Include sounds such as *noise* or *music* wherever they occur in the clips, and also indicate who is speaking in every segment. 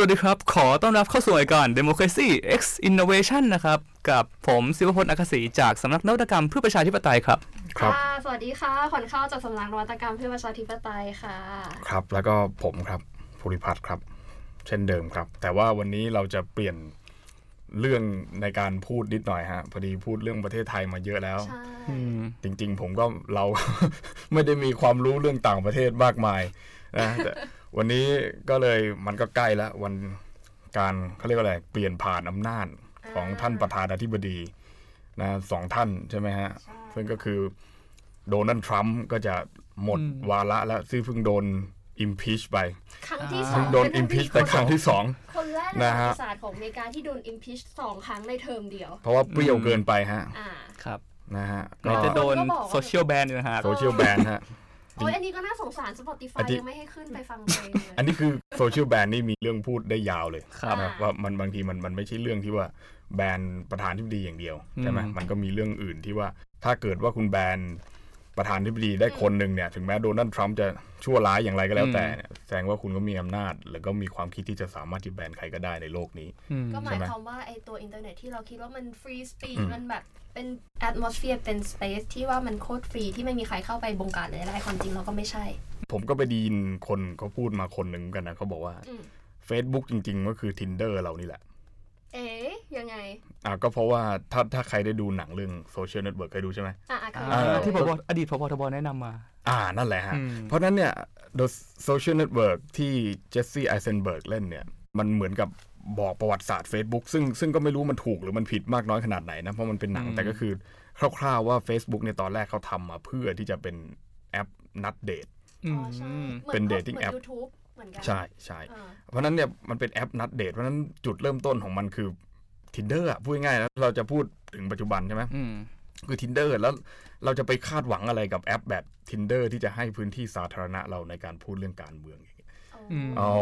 Speaker 1: วัสดีครับ ขอต้อนรับเข้าสู่รายการ Democracy X Innovation นะครับ กับผมศิวพลอักษีจากสำนักนวัตกรรมเพื่อประชาธิปไตยครับ
Speaker 2: ครับ
Speaker 3: ค่ะสวัสดีค่ะ ขวัญข้าวจากสำนักนวัตกรรมเพื่อประชาธิปไตยค่ะ
Speaker 2: ครับแล้วก็ผมครับภูริพัฒน์ครับ เช่นเดิมครับ แต่ว่าวันนี้เราจะเปลี่ยนเรื่องในการพูดนิดหน่อยฮะพอดีพูดเรื่องประเทศไทยมาเยอะแล้ว
Speaker 3: ใช่
Speaker 2: จริงๆ ผมก็ *laughs* เรา ไม่ได้มีความรู้เรื่องต่างประเทศมากมายนะแต่ *laughs* วันนี้ก็เลยมันก็ใกล้แล้ววันการเขาเรียกว่าอะไรเปลี่ยนผ่านอำนาจของท่านประธานาธิบดีนะสองท่านใช่ไหมฮะ
Speaker 3: ใช่
Speaker 2: ซึ่งก็คือโดนัลด์ทรัมป์ก็จะหมด
Speaker 1: อืม
Speaker 2: วาระแล้วซึ่งเพิ่งโดน impeach ไป
Speaker 3: ครั้งที่
Speaker 1: อ่า
Speaker 3: สอง
Speaker 2: เพิ่งโดน
Speaker 3: เป็
Speaker 2: impeach
Speaker 3: ผู้
Speaker 2: แต่ครั้งที่สอง
Speaker 3: คนแรกใน
Speaker 2: นะ
Speaker 3: ประ
Speaker 2: ฮะ
Speaker 3: วัติศาสตร์ของอเมริกาที่โดน impeach สองครั้งในเทอมเดียว
Speaker 2: เพราะว่าเปรี้ยว
Speaker 1: อืม
Speaker 2: เกินไปฮะ
Speaker 3: อ่า
Speaker 1: ครับ
Speaker 2: นะฮะ
Speaker 1: ไหนจะโดน
Speaker 3: ก็บอกว่า
Speaker 1: โซเชียลแบนนะฮะ
Speaker 2: โซเชียลแบนฮะ
Speaker 3: โอ้ยอันนี้ก็น่าสงสาร Spotify
Speaker 2: อันที่
Speaker 3: ยังไม่ให้ขึ้นไปฟังเพลงเลย
Speaker 2: อันนี้คือโซเชียลแบนนี่มีเรื่องพูดได้ยาวเลย
Speaker 1: ครับ
Speaker 2: นะว่ามันบางทีมันมันไม่ใช่เรื่องที่ว่าแบนประธานที่ดีอย่างเดียวใช่ไหม
Speaker 1: อืม
Speaker 2: มันก็มีเรื่องอื่นที่ว่าถ้าเกิดว่าคุณแบนประธานที่ดีได้คนหนึ่งเนี่ยถึงแม้โดนัลด์ทรัมป์จะชั่วร้ายอย่างไรก็แล้วแต่เนี่ยแสดงว่าคุณก็มีอำนาจ แล้วก็มีความคิดที่จะสามารถที่แบนใครก็ได้ในโลกนี้
Speaker 1: อืม
Speaker 3: ก็หมาย
Speaker 2: ใช่ไหม
Speaker 3: ความว่าไอตัวอินเทอร์เน็ตที่เราคิดว่ามัน free speech
Speaker 2: อืม
Speaker 3: มันแบบเป็น atmosphere เป็น space ที่ว่ามันโคตรฟรีที่ไม่มีใครเข้าไปบงการเลยอะไรความจริงเราก็ไม่ใช่
Speaker 2: ผมก็ไปไดีนคนเขาพูดมาคนหนึ่งเหมือนกันนะเขาบอกว่า
Speaker 3: อืม
Speaker 2: Facebook จริง ๆ ก็คือ Tinder เรานี่แหละ
Speaker 3: เอ๊ยยังไง
Speaker 2: อ่ะก็เพราะว่าถ้าถ้าใครได้ดูหนังเรื่อง Social Network เคยดูใช่ไหม
Speaker 3: อ่ะอ่ะเคย
Speaker 1: อ่า
Speaker 2: เออ
Speaker 1: ที่พบอดีตพบทบแนะนำมา
Speaker 2: อ่า นั่นแหละฮะ
Speaker 1: อืม
Speaker 2: เพราะฉะนั้นเนี่ย The Social Network ที่เจสซี่ไอเซนเบิร์กเล่นเนี่ย มันเหมือนกับบอกประวัติศาสตร์ Facebook ซึ่งซึ่งก็ไม่รู้มันถูกหรือมันผิดมากน้อยขนาดไหนนะ เพราะมันเป็นหนังแต่ก็คือ คร่าวๆว่า Facebook เนี่ยตอนแรกเขาทำมาเพื่อที่จะเป็นแอปนัดเดท
Speaker 1: อื
Speaker 3: อ๋
Speaker 1: ม
Speaker 3: อใช่หมือ
Speaker 2: เป็น dating
Speaker 3: หมื
Speaker 2: app
Speaker 3: YouTube เหมือนกัน
Speaker 2: ใช่ใช่
Speaker 3: อ่า
Speaker 2: เพราะฉะนั้นเนี่ยมันเป็นแอปนัดเดทเพราะฉะนั้นจุดเริ่มต้นของมันคือ Tinder อะพูดง่ายๆนะเราจะพูดถึงปัจจุบันใช่ไหม
Speaker 1: อืม
Speaker 2: คือ tinder แล้วเราจะไปคาดหวังอะไรกับแอปแบบ tinder ที่จะให้พื้นที่สาธารณะเราในการพูดเรื่องการเมืองอย่างเงี้ย
Speaker 1: อืม
Speaker 2: เอา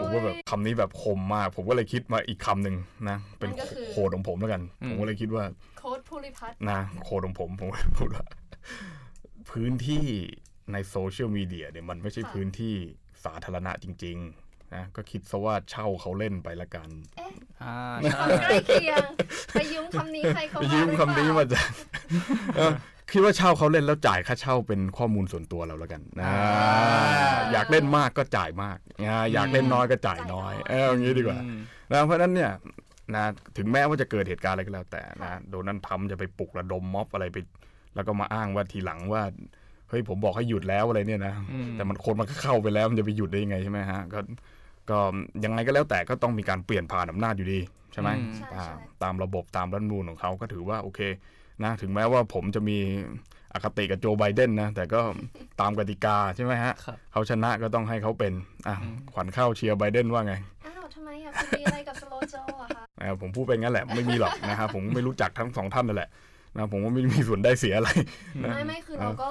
Speaker 2: ผมว่าแบบคำนี้แบบคมมาก ผมก็เลยคิดมาอีกคำหนึ่งนะ เป็น
Speaker 3: นั่นก็คือ
Speaker 2: โคดของผมแล้วกัน
Speaker 1: อืม
Speaker 2: ผมก็เลยคิดว่า
Speaker 3: โค้ดภูริพัฒน์
Speaker 2: นะโคดของผมผมก็พูดว่า พื้นที่ในโซเชียลมีเดียเนี่ยมันไม่ใช่พื้นที่สาธารณะจริง ๆ นะ ก็คิดซะว่าเช่าเขาเล่นไปละกัน
Speaker 1: อ่า
Speaker 3: ความใกล้เคียง ไปยืมคำนี้ใครเขา
Speaker 2: ไปยืมคำนี้มาจาก *laughs* เออคิดว่าเช่าเขาเล่นแล้วจ่ายค่าเช่าเป็นข้อมูลส่วนตัวเราแล้วกันนะอยากเล่นมากก็จ่ายมากอ่าอยากเล่นน้อยก็จ่ายน้อย เอออย่างนี้ดีกว่า
Speaker 1: อืม
Speaker 2: นะเพราะฉะนั้นเนี่ยนะถึงแม้ว่าจะเกิดเหตุการณ์อะไรก็แล้วแต่นะโดนัลด์ทรัมป์จะไปปลุกระดมม็อบอะไรไป แล้วก็มาอ้างว่าทีหลังว่าเฮ้ยผมบอกให้หยุดแล้วอะไรเนี่ยนะ
Speaker 1: อืม
Speaker 2: แต่มันคนมันก็เข้าไปแล้วมันจะไปหยุดได้ยังไงใช่ไหมฮะก็ก็ยังไงก็แล้วแต่ก็ต้องมีการเปลี่ยนผ่านอำนาจอยู่ดีใช่ไหม
Speaker 3: ใช่
Speaker 2: อ่า
Speaker 3: ใช่
Speaker 2: ตามระบบตามรัฐธรรมนูญของเขาก็ถือว่าโอเคนะถึงแม้ว่าผมจะมีอคติกับโจไบเดนนะ แต่ก็ ตามกติกาใช่ไหมฮะ
Speaker 1: ครับ
Speaker 2: เขาชนะก็ต้องให้เขาเป็นอ่ะ
Speaker 1: อืม
Speaker 2: ขวัญเข้าเชียร์ไบเดนว่าไง
Speaker 3: อ้าวทำไมอ่ะคุณมีอะไรกับสโลโจอะคะ
Speaker 2: เออผมพูดไปงั้นแหละ ไม่มีหรอกนะครับผมไม่รู้จักทั้งสองท่านนั่นแหละนะผมว่าไม่มีส่วนได้เสียอะไร นะ
Speaker 3: ไม่ไม่คือเราก็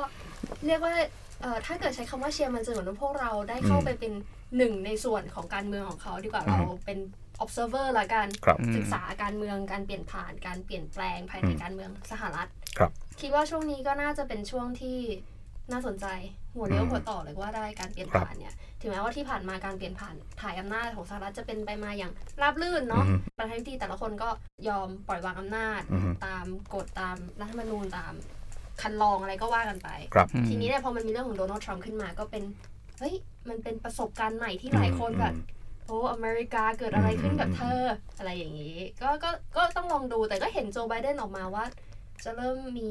Speaker 3: เรียกว่าเอ่อถ้าเกิดใช้คำว่าเชียร์มันจะเหมือนว่าพวกเราได้เข้าไปเป็นหนึ่งในส่วนของการเมืองของเขาดีกว่า
Speaker 2: อืม
Speaker 3: เราเป็น observer ละกัน
Speaker 2: ครับ
Speaker 1: อืม
Speaker 3: ศึกษาการเมืองการเปลี่ยนผ่านการเปลี่ยนแปลงภายในการเมืองสหรัฐ
Speaker 2: ครับ
Speaker 3: คิดว่าช่วงนี้ก็น่าจะเป็นช่วงที่น่าสนใจหัวเลี้ยวหัวต่อเลยก็ว่าได้การเปลี่ยนผ่านเนี่ยถึงแม้ว่าที่ผ่านมาการเปลี่ยนผ่านถ่ายอำนาจของสหรัฐจะเป็นไปมาอย่างราบรื่น
Speaker 2: อื
Speaker 3: เนาะ
Speaker 2: ม
Speaker 3: ประธานาธิบดีแต่ละคนก็ยอมปล่อยวางอำนาจ
Speaker 2: อือฮึ
Speaker 3: ตามกฎตามรัฐธรรมนูญตามคันลองอะไรก็ว่ากันไป
Speaker 2: ครับ
Speaker 3: ทีนี้เนี่ยพอมันมีเรื่องของโดนัลด์ทรัมป์ขึ้นมาก็เป็น เฮ้ย มันเป็นประสบการณ์ใหม่ที่หลายคนแบบ
Speaker 2: อืม
Speaker 3: โอ้อเมริกาเกิดอะไรขึ้นกับ
Speaker 2: อืม
Speaker 3: เธออะไรอย่างนี้ ก็ก็ก็ต้องลองดูแต่ก็เห็นโจไบเดนออกมาว่า จะเริ่มมี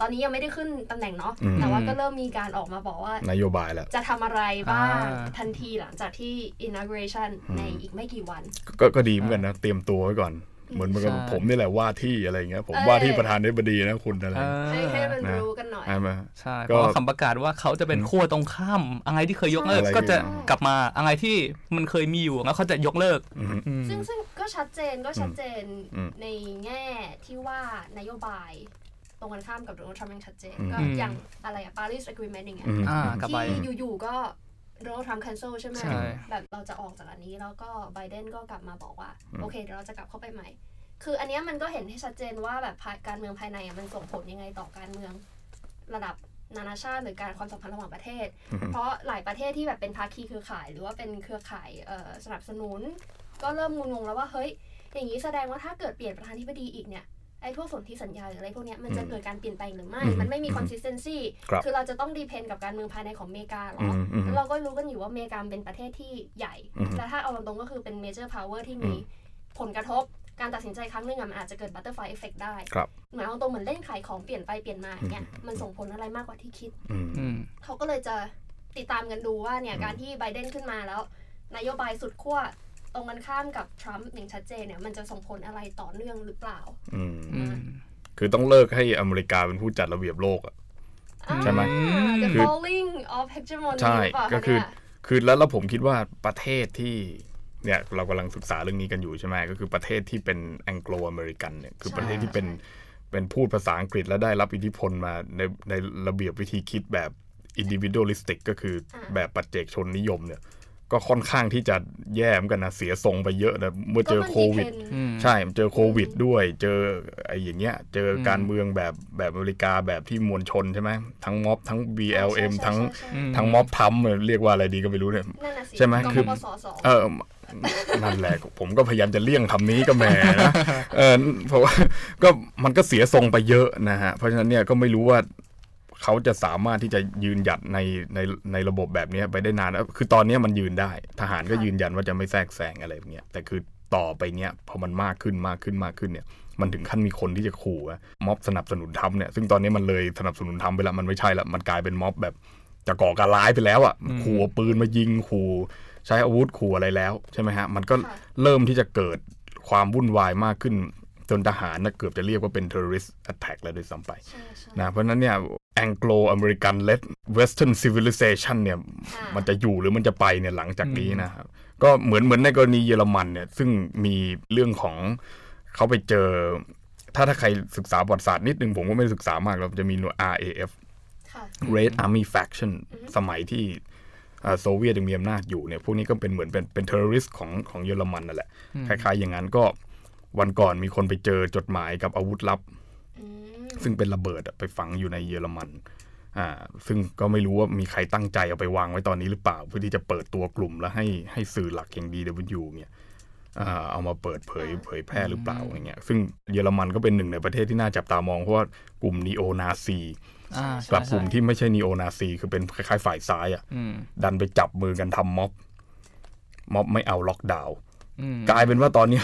Speaker 3: ตอนนี้ยังไม่ได้ขึ้นตำแหน่งเนาะ
Speaker 2: อืม
Speaker 3: แต่ว่าก็เริ่มมีการออกมาบอกว่า
Speaker 2: นโยบายแล้ว
Speaker 3: จะทำอะไรบ้าง
Speaker 1: อ่า
Speaker 3: ทันทีหลังจากที่ inauguration ในอีกไม่กี่วัน
Speaker 2: ก็ก็ก็ดีเหมือนกันนะเตรียมตัวไว้ก่อนเหมือนเหมือนกับ
Speaker 1: ใช่
Speaker 2: ผมนี่แหละว่าที่อะไรอย่างเงี้ยผม
Speaker 3: เอ้ย
Speaker 2: ว่าที่ประธานได้บดีนะคุณอะไร
Speaker 1: เออ
Speaker 3: ให้ให้มันรู้กันหน่อย
Speaker 2: ใช่ไหม
Speaker 1: ใช่เพ
Speaker 2: ก็
Speaker 1: ราะว่าคำประกาศว่าเขาจะเป็นขั้วตรงข้าม อะไรที่เคยยกเลิก
Speaker 2: ใช่
Speaker 1: ก็จะกลับมาอะไรที่มันเคยมีอยู่แล้วเขาจะยกเลิก
Speaker 2: อืม
Speaker 1: อืม
Speaker 3: ซึ่งซึ่งก็ชัดเจนก็ชัดเจน
Speaker 2: อืม
Speaker 3: ในแง่ที่ว่านโยบายตรงกันข้ามกับโดนัลด์ทรัมป์ยังชัดเจน
Speaker 2: อืม
Speaker 3: ก็
Speaker 1: อืม
Speaker 3: อย่างอะไรอะปารีสอะกริเมนต์อย่างเงี้ย
Speaker 2: อืม
Speaker 1: อ่ากลับไป
Speaker 3: ที่อยู่ๆก็โดนัลด์ทรัมป์ cancel ใช่ไหม
Speaker 1: ใช่
Speaker 3: แบบเราจะออกจากอันนี้แล้วก็ไบเดนก็กลับมาบอกว่า
Speaker 2: อืม
Speaker 3: โอเคเดี๋ยวเราจะกลับเข้าไปใหม่ คืออันเนี้ยมันก็เห็นให้ชัดเจนว่าแบบภายการเมืองภายในอะมันส่งผลยังไงต่อการเมืองระดับ นานาชาติหรือการความสัมพันธ์ระหว่างประเทศ เพราะหลายประเทศที่แบบเป็นภาคีเครือข่าย หรือว่าเป็นเครือข่ายเอ่อสนับสนุน ก็เริ่มงงๆแล้วว่าเฮ้ย อย่างนี้แสดงว่าถ้าเกิดเปลี่ยนประธานาธิบดีอีกเนี่ยไอ้พวกสนธิสัญญาหรืออะไรพวกเนี้ยมันจะ
Speaker 2: อืม
Speaker 3: เกิดการเปลี่ยนแปลงหรือไม่
Speaker 2: อืม
Speaker 3: มันไม่มี
Speaker 2: อืม
Speaker 3: consistency
Speaker 2: ครับ
Speaker 3: คือเราจะต้องดีเพนกับการเมืองภายในของอเมริกาเหรอ
Speaker 2: อืมอืม
Speaker 3: แล้วเราก็รู้กันอยู่ว่าอเมริกาเป็นประเทศที่ใหญ่
Speaker 2: อืม
Speaker 3: และถ้าเอาตรงๆก็คือเป็น major power ที่
Speaker 2: อื
Speaker 3: มี
Speaker 2: ม
Speaker 3: ผลกระทบ การตัดสินใจครั้งหนึ่งอะมันอาจจะเกิด butterfly effect ได้
Speaker 2: ครับ
Speaker 3: เหมือนเอาตรงเหมือนเล่นขายของเปลี่ยนไปเปลี่ยนมาอย่างเงี้ยมันส่งผลอะไรมากกว่าที่คิด
Speaker 2: อืม
Speaker 1: อืม
Speaker 3: เขาก็เลยจะติดตามกันดูว่าเนี่ย
Speaker 2: อืม
Speaker 3: การที่ไบเดนขึ้นมาแล้ว นโยบายสุดขั้วตรงกันข้ามกับทรัมป์อย่างชัดเจนเนี่ยมันจะส่งผลอะไรต่อเนื่องหรือเปล่า
Speaker 2: อืม
Speaker 1: อืม
Speaker 2: คือต้องเลิกให้อเมริกาเป็นผู้จัดระเบียบโลกอะ ใช่ไหม
Speaker 3: อ่า The
Speaker 2: คือ
Speaker 3: falling of hegemony
Speaker 2: ใช่
Speaker 3: หรือเปล่า
Speaker 2: ก็
Speaker 3: คะ
Speaker 2: คือ
Speaker 3: เนี่ย
Speaker 2: คือแล้วแล้วผมคิดว่าประเทศที่เนี่ยเรากำลังศึกษาเรื่องนี้กันอยู่ใช่ไหมก็คือประเทศที่เป็นแองโกลอเมริกันเนี่ยคือประเทศที่เป็นเป็นพูดภาษาอังกฤษและได้รับอิทธิพลมาในในระเบียบวิธีคิดแบบอินดิวิ u a ลิสติกก็คือแบบปัจเจกชนนิยมเนี่ย ก็ค่อนข้างที่จะแย่เหมอนกันนะ เสียทรงไปเยอะนะเมื่อเจอโควิด
Speaker 3: ก็มันมีเทรนด์
Speaker 1: อืม
Speaker 2: ใช่ เจอโควิดด้วย เจอไอ้อย่างเงี้ย เจอการเมืองแบบแบบอเมริกาแบบที่มวลชนใช่ไหมทั้งม็อบทั้ง BLM ทั้ง
Speaker 3: ใช่
Speaker 1: อื
Speaker 3: ใช่
Speaker 1: ม
Speaker 2: ทั้งม็อบทำเนี่ยเรียกว่าอะไรดีก็ไม่รู้เนี่ย
Speaker 3: ใช่นั่นน่ะสิ
Speaker 2: ใช่ไหม
Speaker 3: ก
Speaker 2: คือ
Speaker 3: ปสส
Speaker 2: เออ นั่นแหละ ผมก็พยายามจะเลี่ยงคำนี้ก็แหม
Speaker 1: *laughs*
Speaker 2: นะเออเพราะว่าก็มันก็เสียทรงไปเยอะนะฮะ เพราะฉะนั้นเนี่ยก็ไม่รู้ว่าเขาจะสามารถที่จะยืนหยัดในในในระบบแบบเนี้ยไปได้นานแล้วคือตอนเนี้ยมันยืนได้ ทหารก็ยืนยันว่าจะไม่แทรกแซงอะไรแบบเนี้ยแต่คือต่อไปเนี้ยพอมันมากขึ้นมากขึ้นมากขึ้นเนี่ย มันถึงขั้นมีคนที่จะขู่ว่าม็อบสนับสนุนทำเนี่ยซึ่งตอนนี้มันเลยสนับสนุนทำไปละมันไม่ใช่ละมันกลายเป็นม็อบแบบจะก่อการร้ายไปแล้วอะ่ะขู่เอาปืนมายิงขู่ใช้อาวุธขู่อะไรแล้วใช่ไหมฮะมันก็เริ่มที่จะเกิดความวุ่นวายมากขึ้น จนทหารนะเกือบจะเรียกว่าเป็น terrorist attack แล้วด้วยซ้ำไป
Speaker 3: ใช่ใช่
Speaker 2: นะเพราะฉะนั้นเนี่ย Anglo American led Western civilization เนี่ย
Speaker 3: อ่า
Speaker 2: มันจะอยู่หรือมันจะไปเนี่ยหลังจากนี้นะครับ ก็เหมือนเหมือนในกรณีเยอรมันเนี่ย ซึ่งมีเรื่องของเขาไปเจอ ถ้าถ้าใครศึกษาประวัติศาสตร์นิดนึงผมก็ไม่ได้ศึกษามากแล้วจะมีหน่วย RAF
Speaker 3: ค่ะ
Speaker 2: Red Army Faction สมัยที่เอ่อโซเวียตยังมีอำนาจอยู่เนี่ย พวกนี้ก็เป็นเหมือนเป็นเป็นเทอร์ริสของของเยอรมันนั่นแหละ คล้าย ๆ อย่างนั้นก็วันก่อนมีคนไปเจอจดหมายกับอาวุธลับ
Speaker 3: อืม
Speaker 2: ซึ่งเป็นระเบิดอะไปฝังอยู่ในเยอรมัน อ่า ซึ่งก็ไม่รู้ว่ามีใครตั้งใจเอาไปวางไว้ตอนนี้หรือเปล่า เพื่อที่จะเปิดตัวกลุ่มแล้วให้ให้สื่อหลักอย่าง DW เนี่ยอ่าเอามาเปิดเผยเผยแพร่หรือเปล่าอย่างเงี้ย ซึ่งเยอรมันก็เป็นหนึ่งในประเทศที่น่าจับตามองเพราะว่ากลุ่มนีโอนาซี
Speaker 1: อ่า
Speaker 2: กับ กลุ่มที่ไม่ใช่นีโอนาซีคือเป็นคล้ายๆฝ่ายซ้ายอ่ะ
Speaker 1: อืม
Speaker 2: ดันไปจับมือกันทำม็อบ ม็อบไม่เอาล็อกดาวน์
Speaker 1: อืม
Speaker 2: กลาย *laughs* เป็นว่าตอนนี้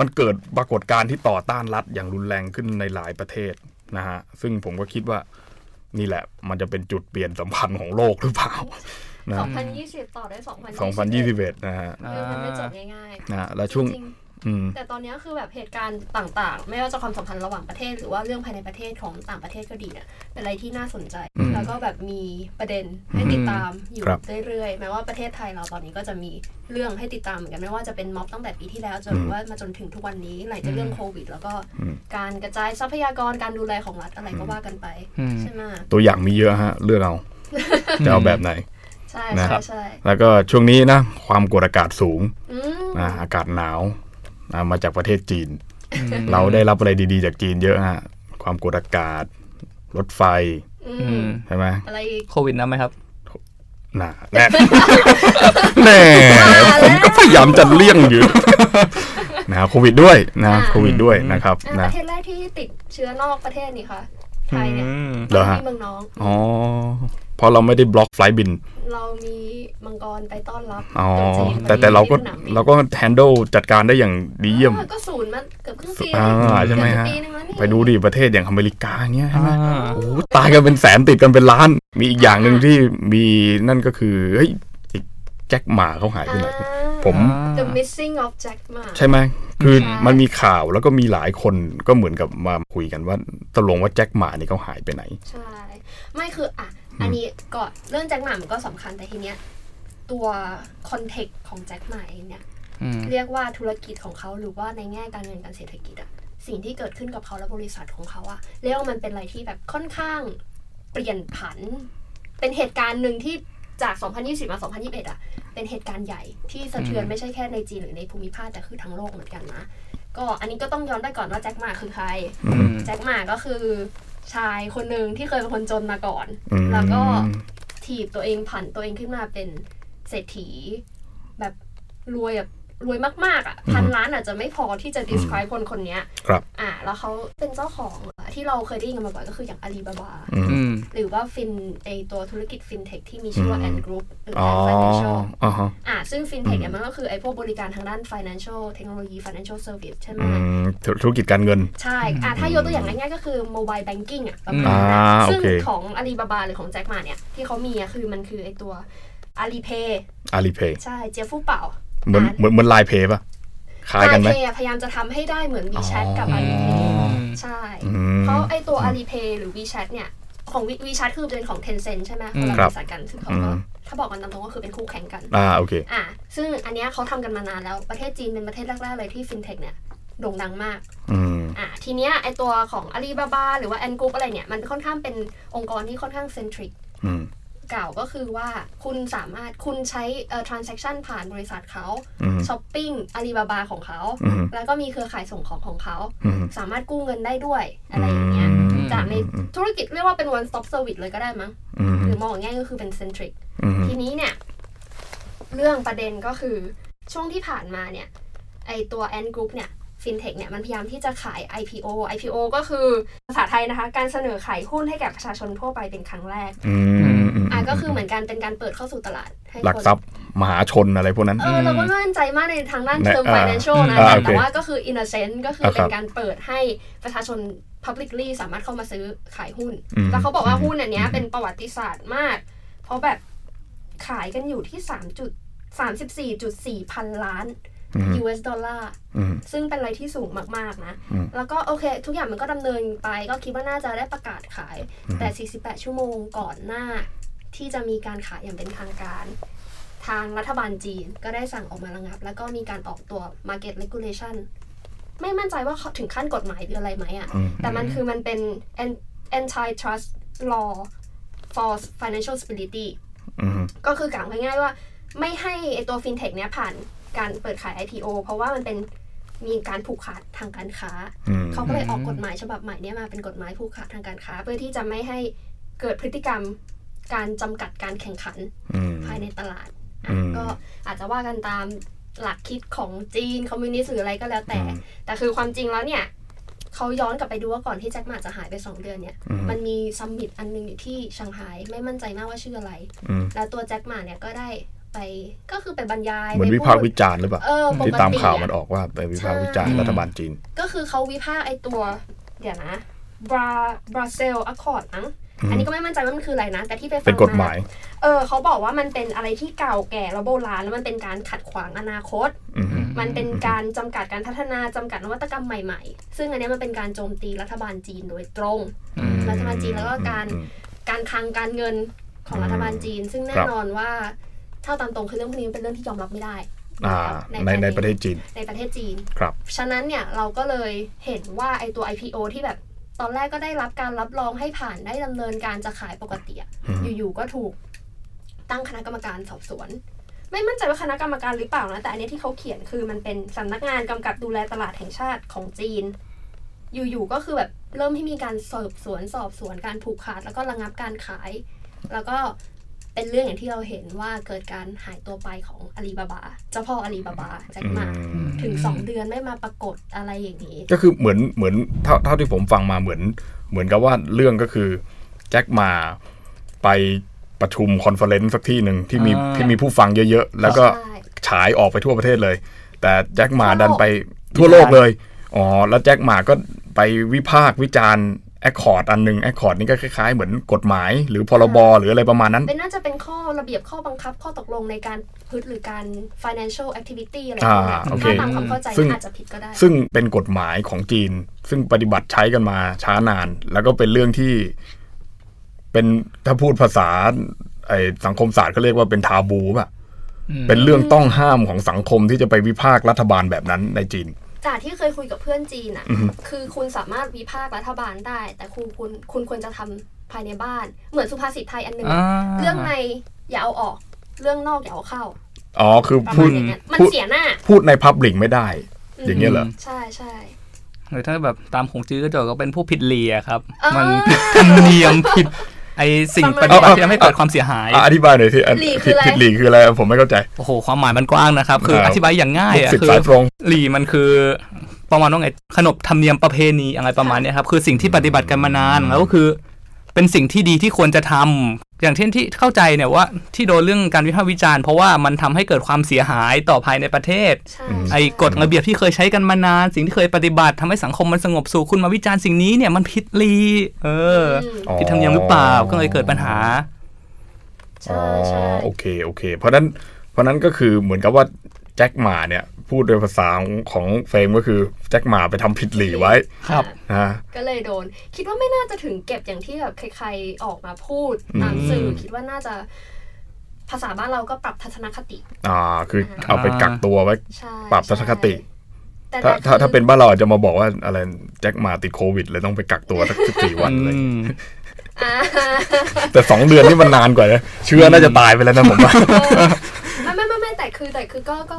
Speaker 2: มันเกิดปรากฏการณ์ที่ต่อต้านรัฐอย่างรุนแรงขึ้นในหลายประเทศนะฮะ ซึ่งผมก็คิดว่านี่แหละ มันจะเป็นจุดเปลี่ยนสำคัญของโลกหรือเปล่า นะ
Speaker 3: 2020 ต่อได้2021
Speaker 2: 2021 นะฮะ
Speaker 3: เออมันไม่จบง่าย
Speaker 2: นะฮะ
Speaker 3: ๆ
Speaker 2: แล้วช่วง
Speaker 3: จริๆ
Speaker 2: อืม
Speaker 3: แต่ตอนนี้คือแบบเหตุการณ์ต่างๆ ไม่ว่าจะความสัมพันธ์ระหว่างประเทศ หรือว่าเรื่องภายในประเทศของต่างประเทศก็ดีเนี่ยเป็นอะไรที่น่าสนใจ
Speaker 2: อืม
Speaker 3: แล้วก็แบบมีประเด็นให้ติดตามอยู่
Speaker 2: ครับ
Speaker 3: เรื่อยๆแม้ว่าประเทศไทยเราตอนนี้ก็จะมีเรื่องให้ติดตามเหมือนกันไม่ว่าจะเป็นม็อบตั้งแต่ปีที่แล้วจนว่ามาจนถึงทุกวันนี้ไหนจะเรื่องโควิด แล้วก็การกระจายทรัพยากรการดูแลของรัฐอะไรก็ว่ากันไป
Speaker 1: อืม
Speaker 3: ใช่ไหม
Speaker 2: ตัวอย่างมีเยอะฮะ เลือกเอา จะเอาแบบไหน
Speaker 3: ใช่
Speaker 2: นะค
Speaker 3: ใช่
Speaker 2: รับ
Speaker 3: ใช่
Speaker 2: แล้วก็ช่วงนี้นะ ความกดอากาศสูง
Speaker 3: อืม
Speaker 2: นะอากาศหนาวนะมาจากประเทศจีน เราได้รับอะไรดี ๆ จากจีนเยอะฮะ ความกดอากาศ รถไฟ
Speaker 3: อื
Speaker 1: อื
Speaker 3: ม
Speaker 1: ม
Speaker 2: ใช่ไหม
Speaker 3: อะไรอีก
Speaker 1: โควิดนะไหมครับ
Speaker 2: น่ะแน่
Speaker 3: *laughs*
Speaker 2: แน่ผมก็พยายามจะเลี่ยง
Speaker 3: *laughs*
Speaker 2: อยู่ นะโควิดด้วยนะ
Speaker 3: อ่า
Speaker 2: โควิดด้วยนะครับ
Speaker 3: อ่ะป
Speaker 2: นะ
Speaker 3: ระเทศแรกที่ติดเชื้อนอกประเทศนี่คะไทยเนี่ย
Speaker 1: อืม
Speaker 2: เหรอฮะ
Speaker 3: ที่เมืองน้อง
Speaker 2: อ๋อเพราะเราไม่ได้บล็อกไฟล์บิน
Speaker 3: เรามีมังกรไปต้อนรับ
Speaker 2: อ๋อ
Speaker 3: ตรุษจีนพอดี
Speaker 2: แต่แต่เราก็
Speaker 3: ที่สนมบิน
Speaker 2: เราก็แฮนด์ลจัดการได้อย่างดีเยี่ยม
Speaker 3: อ่าก็ศูนย์มันเกือบครึ่งปี
Speaker 2: อ่าใช่ไหมฮะ
Speaker 3: เกือบจปีนึงแล้วนี่
Speaker 2: ไปดูดิประเทศอย่างอเมริกาเงี้ยใช่ไหม
Speaker 1: อ่า
Speaker 2: โอ้โหตายกันเป็นแสนติดกันเป็นล้าน มีอีกอย่างหนึ่งที่มีนั่นก็คือเฮ้ยไอ้แจ็คหมาเขาหาย
Speaker 3: อ่า
Speaker 2: ไปไหนผม
Speaker 3: The Missing of Jack Ma
Speaker 2: ใช่ไหม คือ
Speaker 3: ใช่
Speaker 2: มันมีข่าวแล้วก็มีหลายคนก็เหมือนกับมาคุยกันว่าตกลงว่าแจ็คหมานี่เขาหายไปไหน
Speaker 3: ใช่ ไม่คืออ่ะ อันนี้ก็เรื่องแจ็คหม่ามันก็สำคัญแต่ทีเนี้ยตัวคอนเทกต์ของแจ็คหม่าเองเนี่ย
Speaker 1: อืม
Speaker 3: เรียกว่าธุรกิจของเขาหรือว่าในแง่การเงินการเศรษฐกิจอะสิ่งที่เกิดขึ้นกับเขาและบริษัทของเขาอะเรียกว่ามันเป็นอะไรที่แบบค่อนข้างเปลี่ยนผัน เป็นเหตุการณ์หนึ่งที่จาก 2020 มา 2021อะเป็นเหตุการณ์ใหญ่ที่สะเทือนไม่ใช่แค่ในจีนหรือในภูมิภาคแต่คือทั้งโลกเหมือนกันนะ ก็อันนี้ก็ต้องย้อนไปก่อนว่าแจ็คหมาคือใคร
Speaker 1: อืม
Speaker 3: แจ็คหมาก็คือ ชายคนหนึ่งที่เคยเป็นคนจนมาก่อน
Speaker 2: อืม
Speaker 3: แล้วก็ ถีบตัวเองผันตัวเองขึ้นมาเป็นเศรษฐี แบบรวยแบบรวยมาก ๆ อ่ะ พันล้านอาจจะไม่พอที่จะ describe คนคนเนี้ย
Speaker 2: ครับ
Speaker 3: อ่ะแล้วเขาเป็นเจ้าของอะที่เราเคยได้ยินกันมาบ่อยก็คืออย่างอาลีบาบา
Speaker 2: อืม
Speaker 1: อืม
Speaker 3: หรือว่าฟินไอตัวธุรกิจฟินเทคที่มีชื่อว่า Ant Group หรือ
Speaker 2: อ๋อ
Speaker 3: Ant Financial
Speaker 2: อ่าฮะ
Speaker 3: อ่ะซึ่งฟินเทคเนี่
Speaker 2: อืม
Speaker 3: ยมันก็คือไอพวกบริการทางด้าน financial เทคโนโลยี financial service ใช่ไหม
Speaker 2: อืมธุธุรกิจการเงิน
Speaker 3: ใช่ อ่ะถ้ายกตัวอย่างง่ายๆก็คือ mobile banking อ่ะประมาณ
Speaker 1: อ่า
Speaker 3: นั้น
Speaker 2: โอ
Speaker 3: ซึ่ง
Speaker 2: เค
Speaker 3: ของอาลีบาบาหรือของแจ็คมาเนี่ย ที่เขามีอ่ะคือมันคือไอตัวอาลีเพย์
Speaker 2: อาลีเพย์
Speaker 3: ใช่เจียฟู่เป่า
Speaker 2: เหมือนเหมือนเหมือนไลน์เพย์ป่ะคล้ายกันไหม
Speaker 3: เพย์พยายามจะทำให้ได้เหมือน WeChat กับ
Speaker 2: อ๋อ
Speaker 3: อาลีเพย์ใช่
Speaker 2: อืม
Speaker 3: เพราะไอตัว Alipay หรือ WeChat เนี่ย ของ We- WeChat คือเป็นของ Tencent ใช่ไหม
Speaker 1: อื
Speaker 3: ค
Speaker 1: ม
Speaker 3: นละ
Speaker 2: ครับ บ
Speaker 3: ริษัทกันซึ่งเขาก็
Speaker 2: อืม
Speaker 3: ถ้าบอกกันตามตรงก็คือเป็นคู่แข่งกัน
Speaker 2: อ่าโอเค
Speaker 3: อ่ะซึ่งอันเนี้ยเขาทำกันมานานแล้วประเทศจีนเป็นประเทศแรก ๆ เลยที่ FinTech เนี่ยโด่งดังมาก
Speaker 2: อืม
Speaker 3: อ่ะทีเนี้ยไอตัวของ Alibaba หรือว่า Ant Group อะไรเนี่ย มันค่อนข้างเป็นองค์กรที่ค่อนข้าง centric
Speaker 2: อืม
Speaker 3: เก่าก็คือว่าคุณสามารถคุณใช้เอ่อ transaction ผ่านบริษัทเขา
Speaker 2: อืม
Speaker 3: ช้อปปิ้ง Alibaba ของเขา
Speaker 2: อืม
Speaker 3: แล้วก็มีเครือข่ายส่งของของเขา
Speaker 2: อืม
Speaker 3: สามารถกู้เงินได้ด้วยอะไรอย่างเงี้ย
Speaker 2: อืม
Speaker 3: จากในธุรกิจเรียกว่าเป็น one stop service เลยก็ได้มั้ง
Speaker 2: อืม
Speaker 3: หรือมองอย่างง่ายก็คือเป็น centric
Speaker 2: อืม
Speaker 3: ทีนี้เนี่ย เรื่องประเด็นก็คือช่วงที่ผ่านมาเนี่ย ไอตัว Ant Group เนี่ย fintech เนี่ย มันพยายามที่จะขาย IPO IPO ก็คือภาษาไทยนะคะ การเสนอขายหุ้นให้แก่ประชาชนทั่วไปเป็นครั้งแรก
Speaker 2: อืมม
Speaker 3: อ่ะก็คือเหมือนกันเป็นการเปิดเข้าสู่ตลาดให้
Speaker 2: หลัก
Speaker 3: คน
Speaker 2: ทรัพย์มหาชนอะไรพวกนั้น
Speaker 3: เออเราก็ไม่มั่นใจมากในทางด้านเชิง
Speaker 2: ในอ่า
Speaker 3: financial นะ
Speaker 2: อ่า
Speaker 3: แต่
Speaker 2: โอเค
Speaker 3: แต่ว่าก็คือ innocent ก็คือ
Speaker 2: เอาค
Speaker 3: เป็
Speaker 2: รับ
Speaker 3: นการเปิดให้ประชาชน publicly สามารถเข้ามาซื้อขายหุ้น
Speaker 2: อืม
Speaker 3: แล้วเขาบอกว่า
Speaker 2: อืม
Speaker 3: หุ้นอันเนี้ยเป็นประวัติศาสตร์มาก เพราะแบบขายกันอยู่ที่3จุด34.4 พันล้าน
Speaker 2: อืม
Speaker 3: US ดอลลาร์
Speaker 2: อืม
Speaker 3: ซึ่งเป็นอะไรที่สูงมาก ๆ นะ
Speaker 2: อืม
Speaker 3: แล้วก็โอเค ทุกอย่างมันก็ดำเนินไปก็คิดว่าน่าจะได้ประกาศขาย แต่ 48 ชั่วโมงก่อนหน้า ที่จะมีการขายอย่างเป็นทางการ ทางรัฐบาลจีนก็ได้สั่งออกมาระงับ แล้วก็มีการออกตัว market regulation ไม่มั่นใจว่าเขาถึงขั้นกฎหมายหรืออะไรไหมอะ่ะ
Speaker 2: อืม
Speaker 3: แต่มันคือมันเป็น an- antitrust law for financial stability
Speaker 2: อืม
Speaker 3: ก็คือกล่าวง่ายๆว่า ไม่ให้ไอตัวฟินเทคเนี้ยผ่านการเปิดขาย IPO เพราะว่ามันเป็นมีการผูกขาดทางการค้า
Speaker 2: อืม
Speaker 3: เขาก็เลยออก
Speaker 1: อืม
Speaker 3: กฎหมายฉบับใหม่เนี้มาเป็นกฎหมายผูกขาดทางการค้า เพื่อที่จะไม่ให้เกิดพฤติกรรมการจำกัดการแข่งขัน
Speaker 2: อืม
Speaker 3: ภายในตลาด
Speaker 2: อืม
Speaker 3: อ่ะก็อาจจะว่ากันตามหลักคิดของจีนคอมมิวนิสต์หรืออะไรก็แล้วแต่ แต่คือความจริงแล้วเนี่ยเขาย้อนกลับไปดูว่าก่อนที่แจ็คหมาจะหายไป 2 เดือนเนี่ยมันมีซัมมิตอันหนึงอยู่ที่ชังไฮไม่มั่นใจมากว่าชื่ออะไร
Speaker 2: อืม
Speaker 3: แล้วตัวแจ็คหมาเนี่ยก็ได้ไปก็คือไปบรรยาย
Speaker 2: เหมือน
Speaker 3: ไป
Speaker 2: วิพากษ์วิจารณ์หรือเปล่า
Speaker 3: เออป
Speaker 2: ที่
Speaker 3: ก
Speaker 2: ตาม
Speaker 3: ติ
Speaker 2: ข่าว
Speaker 3: อะ
Speaker 2: มันออกว่าไปวิพากษ์วิจารณ์
Speaker 1: ใช่
Speaker 2: รัฐบาลจีน
Speaker 3: ก็คือเขาวิพากษ์ไอตัว เดี๋ยวนะบราบราเซลอะคอร์ดมั้งอันนี้ก็ไม่มั่นใจว่ามันคืออะไรนะ แต่ที่ไปฟัง
Speaker 2: เป็นกฎหมาย
Speaker 3: เออเขาบอกว่ามันเป็นอะไรที่เก่าแก่และโบราณแล้วมันเป็นการขัดขวางอนาคต
Speaker 2: อืม
Speaker 3: มันเป็นการจำกัดการพัฒนาจำกัดนวัตกรรมใหม่ๆ ซึ่งอันเนี้ยมันเป็นการโจมตีรัฐบาลจีนโดยตรง
Speaker 1: อืม
Speaker 3: รัฐบาลจีนแล้วก็การการคลังการเงินของรัฐบาลจีน ซึ่งแน่
Speaker 2: ครับ
Speaker 3: นอนว่าเท่าตามตรงคือเรื่องพวกนี้มันเป็นเรื่องที่ยอมรับไม่ได้
Speaker 2: อ่าในในประเทศจีน
Speaker 3: ในประเทศจีน
Speaker 2: ครับ
Speaker 3: ฉะนั้นเนี่ยเราก็เลยเห็นว่าไอตัว IPO ที่แบบตอนแรกก็ได้รับการรับรองให้ผ่านได้ดำเนินการจะขายปกติอะ
Speaker 2: อืม
Speaker 3: อยู่ๆก็ถูกตั้งคณะกรรมการสอบสวน ไม่มั่นใจว่าคณะกรรมการหรือเปล่านะ แต่อันเนี้ยที่เขาเขียนคือมันเป็นสำนักงานกำกับดูแลตลาดแห่งชาติของจีน อยู่ๆก็คือแบบเริ่มให้มีการสอบสวนสอบสวนการผูกขาด แล้วก็ระงับการขาย แล้วก็เป็นเรื่องอย่างที่เราเห็นว่าเกิดการหายตัวไปของอาลีบาบาเจ้าพ่ออาลีบาบาแจ็คหมา
Speaker 2: อืม
Speaker 3: ถึง 2 เดือนไม่มาปรากฏอะไรอย่างนี้
Speaker 2: ก็คือเหมือนเหมือนเท่าเท่าที่ผมฟังมาเหมือน เหมือนกับว่าเรื่องก็คือแจ็คมาไปประชุมคอนเฟอเรนซ์สักที่หนึ่งที่มี
Speaker 1: อ่า
Speaker 2: ที่มีผู้ฟังเยอะๆ แล้วก็
Speaker 3: ใช่
Speaker 2: ฉายออกไปทั่วประเทศเลย แต่แจ็คมาดันไปทั่วโลกเลย อ๋อ แล้วแจ็คมาก็ไปวิพากษ์วิจารณ์แอคคอร์ดอันหนึ่งแอคคอร์ดนี่ก็คล้ายๆ เหมือนกฎหมาย หรือพรบหรืออะไรประมาณนั้น
Speaker 3: เป็นน่าจะเป็นข้อระเบียบข้อบังคับข้อตกลงในการพืชหรือการ financial activity อะไรพวกเนี้ย
Speaker 2: อ่าโอเค
Speaker 3: ถ้าตามความเข้าใจ
Speaker 2: ซึ่ง
Speaker 3: อาจจะผิดก็ได้
Speaker 2: ซึ่งเป็นกฎหมายของจีน ซึ่งปฏิบัติใช้กันมาช้านาน แล้วก็เป็นเรื่องที่ เป็นถ้าพูดภาษาไอ้สังคมศาสตร์ก็เรียกว่าเป็นทาบูป่ะเป็นเรื่องต้องห้ามของสังคมที่จะไปวิพากษ์รัฐบาลแบบนั้นในจีน
Speaker 3: จากที่เคยคุยกับเพื่อนจีนอ่ะ คือคุณสามารถวิพากษ์รัฐบาลได้ แต่คุณคุณคุณควรจะทำภายในบ้าน เหมือนสุภาษิตไทยอันหนึ่ง
Speaker 1: อ่า
Speaker 3: เรื่องในอย่าเอาออก เรื่องนอกอย่าเอาเข้า
Speaker 2: อ๋อ คือ
Speaker 3: ประ
Speaker 2: พู
Speaker 3: มา
Speaker 2: ด
Speaker 3: ณอย่างนั้นมัน
Speaker 2: พูด
Speaker 3: เสียหน้า
Speaker 2: พูดในพับลิกไม่ได้ อย่างเงี้ยเหรอ
Speaker 3: ใช่ใช่
Speaker 1: หรือถ้าแบบตามของจื้อก็จะบอกว่าเป็นผู้ผิดเหลียครับ
Speaker 3: เออ
Speaker 1: มัน *laughs* ผิดธรรมเนียมผิด ไอสิ่งปฏิบัติที่ทำให้เกิดความเสียหาย
Speaker 2: อ่ะอธิบายหน่อยสิอัน
Speaker 3: หลีคื
Speaker 2: ผิด
Speaker 3: ออะไร
Speaker 2: ผิดหลีคืออะไรผมไม่เข้าใจ
Speaker 1: โอ้โห ความหมายมันกว้างนะครับ คือ
Speaker 2: ครับ
Speaker 1: อธิบายอย่างง่าย
Speaker 2: พวก
Speaker 1: อะ
Speaker 2: สิบ
Speaker 1: คือ
Speaker 2: สายตรง
Speaker 1: หลีมันคือประมาณว่าไงขนบธรรมเนียมประเพณีอะไรประมาณเนี้ยครับ คือสิ่งที่ปฏิบัติกันมานานแล้วก็คือ เป็นสิ่งที่ดีที่ควรจะทำอย่างเช่นที่เข้าใจเนี่ยว่าที่โดนเรื่องการวิพากษ์วิจารณ์เพราะว่ามันทำให้เกิดความเสียหายต่อภายในประเทศ
Speaker 3: ใช่
Speaker 1: ไอ้กฎระเบียบที่เคยใช้กันมานาน สิ่งที่เคยปฏิบัติทำให้สังคมมันสงบสุขคุณมาวิจารณ์สิ่งนี้เนี่ยมันผิดลีเอออผิดธรรมเนียมหรือเปล่าก็เลยเกิดปัญหา
Speaker 3: ใช่ใช่
Speaker 2: อ๋อโอเคโอเค เพราะนั้นเพราะนั้นก็คือเหมือนกับว่าแจ็คหมาเนี่ย พูดโดยภาษาของของเฟรมก็คือแจ็คหมาไปทำผิดหลีไว้
Speaker 1: ครับ
Speaker 2: นะ
Speaker 3: ก็เลยโดน คิดว่าไม่น่าจะถึงเก็บอย่างที่แบบใครๆออกมาพูดตามสื่อ
Speaker 1: อืม
Speaker 3: คิดว่าน่าจะภาษาบ้านเราก็ปรับทัศนคติ
Speaker 2: อ่าคือเอาไปกักตัวไว้
Speaker 3: ใช่
Speaker 2: ปรับทัศนคติ
Speaker 3: ใช่
Speaker 2: ถ้า
Speaker 3: แต่
Speaker 2: ถ้า
Speaker 3: คือ
Speaker 2: ถ้าเป็นบ้านเราอาจจะมาบอกว่าอะไรแจ็คหมาติดโควิดเลยต้องไปกักตัวสักสิบสี่วันเลย
Speaker 1: อืม
Speaker 2: *laughs*
Speaker 3: อ่า
Speaker 2: แต่สองเดือนนี่มันนานกว่านะเชื้อน่าจะตายไปแล้วนะผมว่า
Speaker 3: ไม่ไม่ไม่ไม่แต่คือแต่คือก็ก็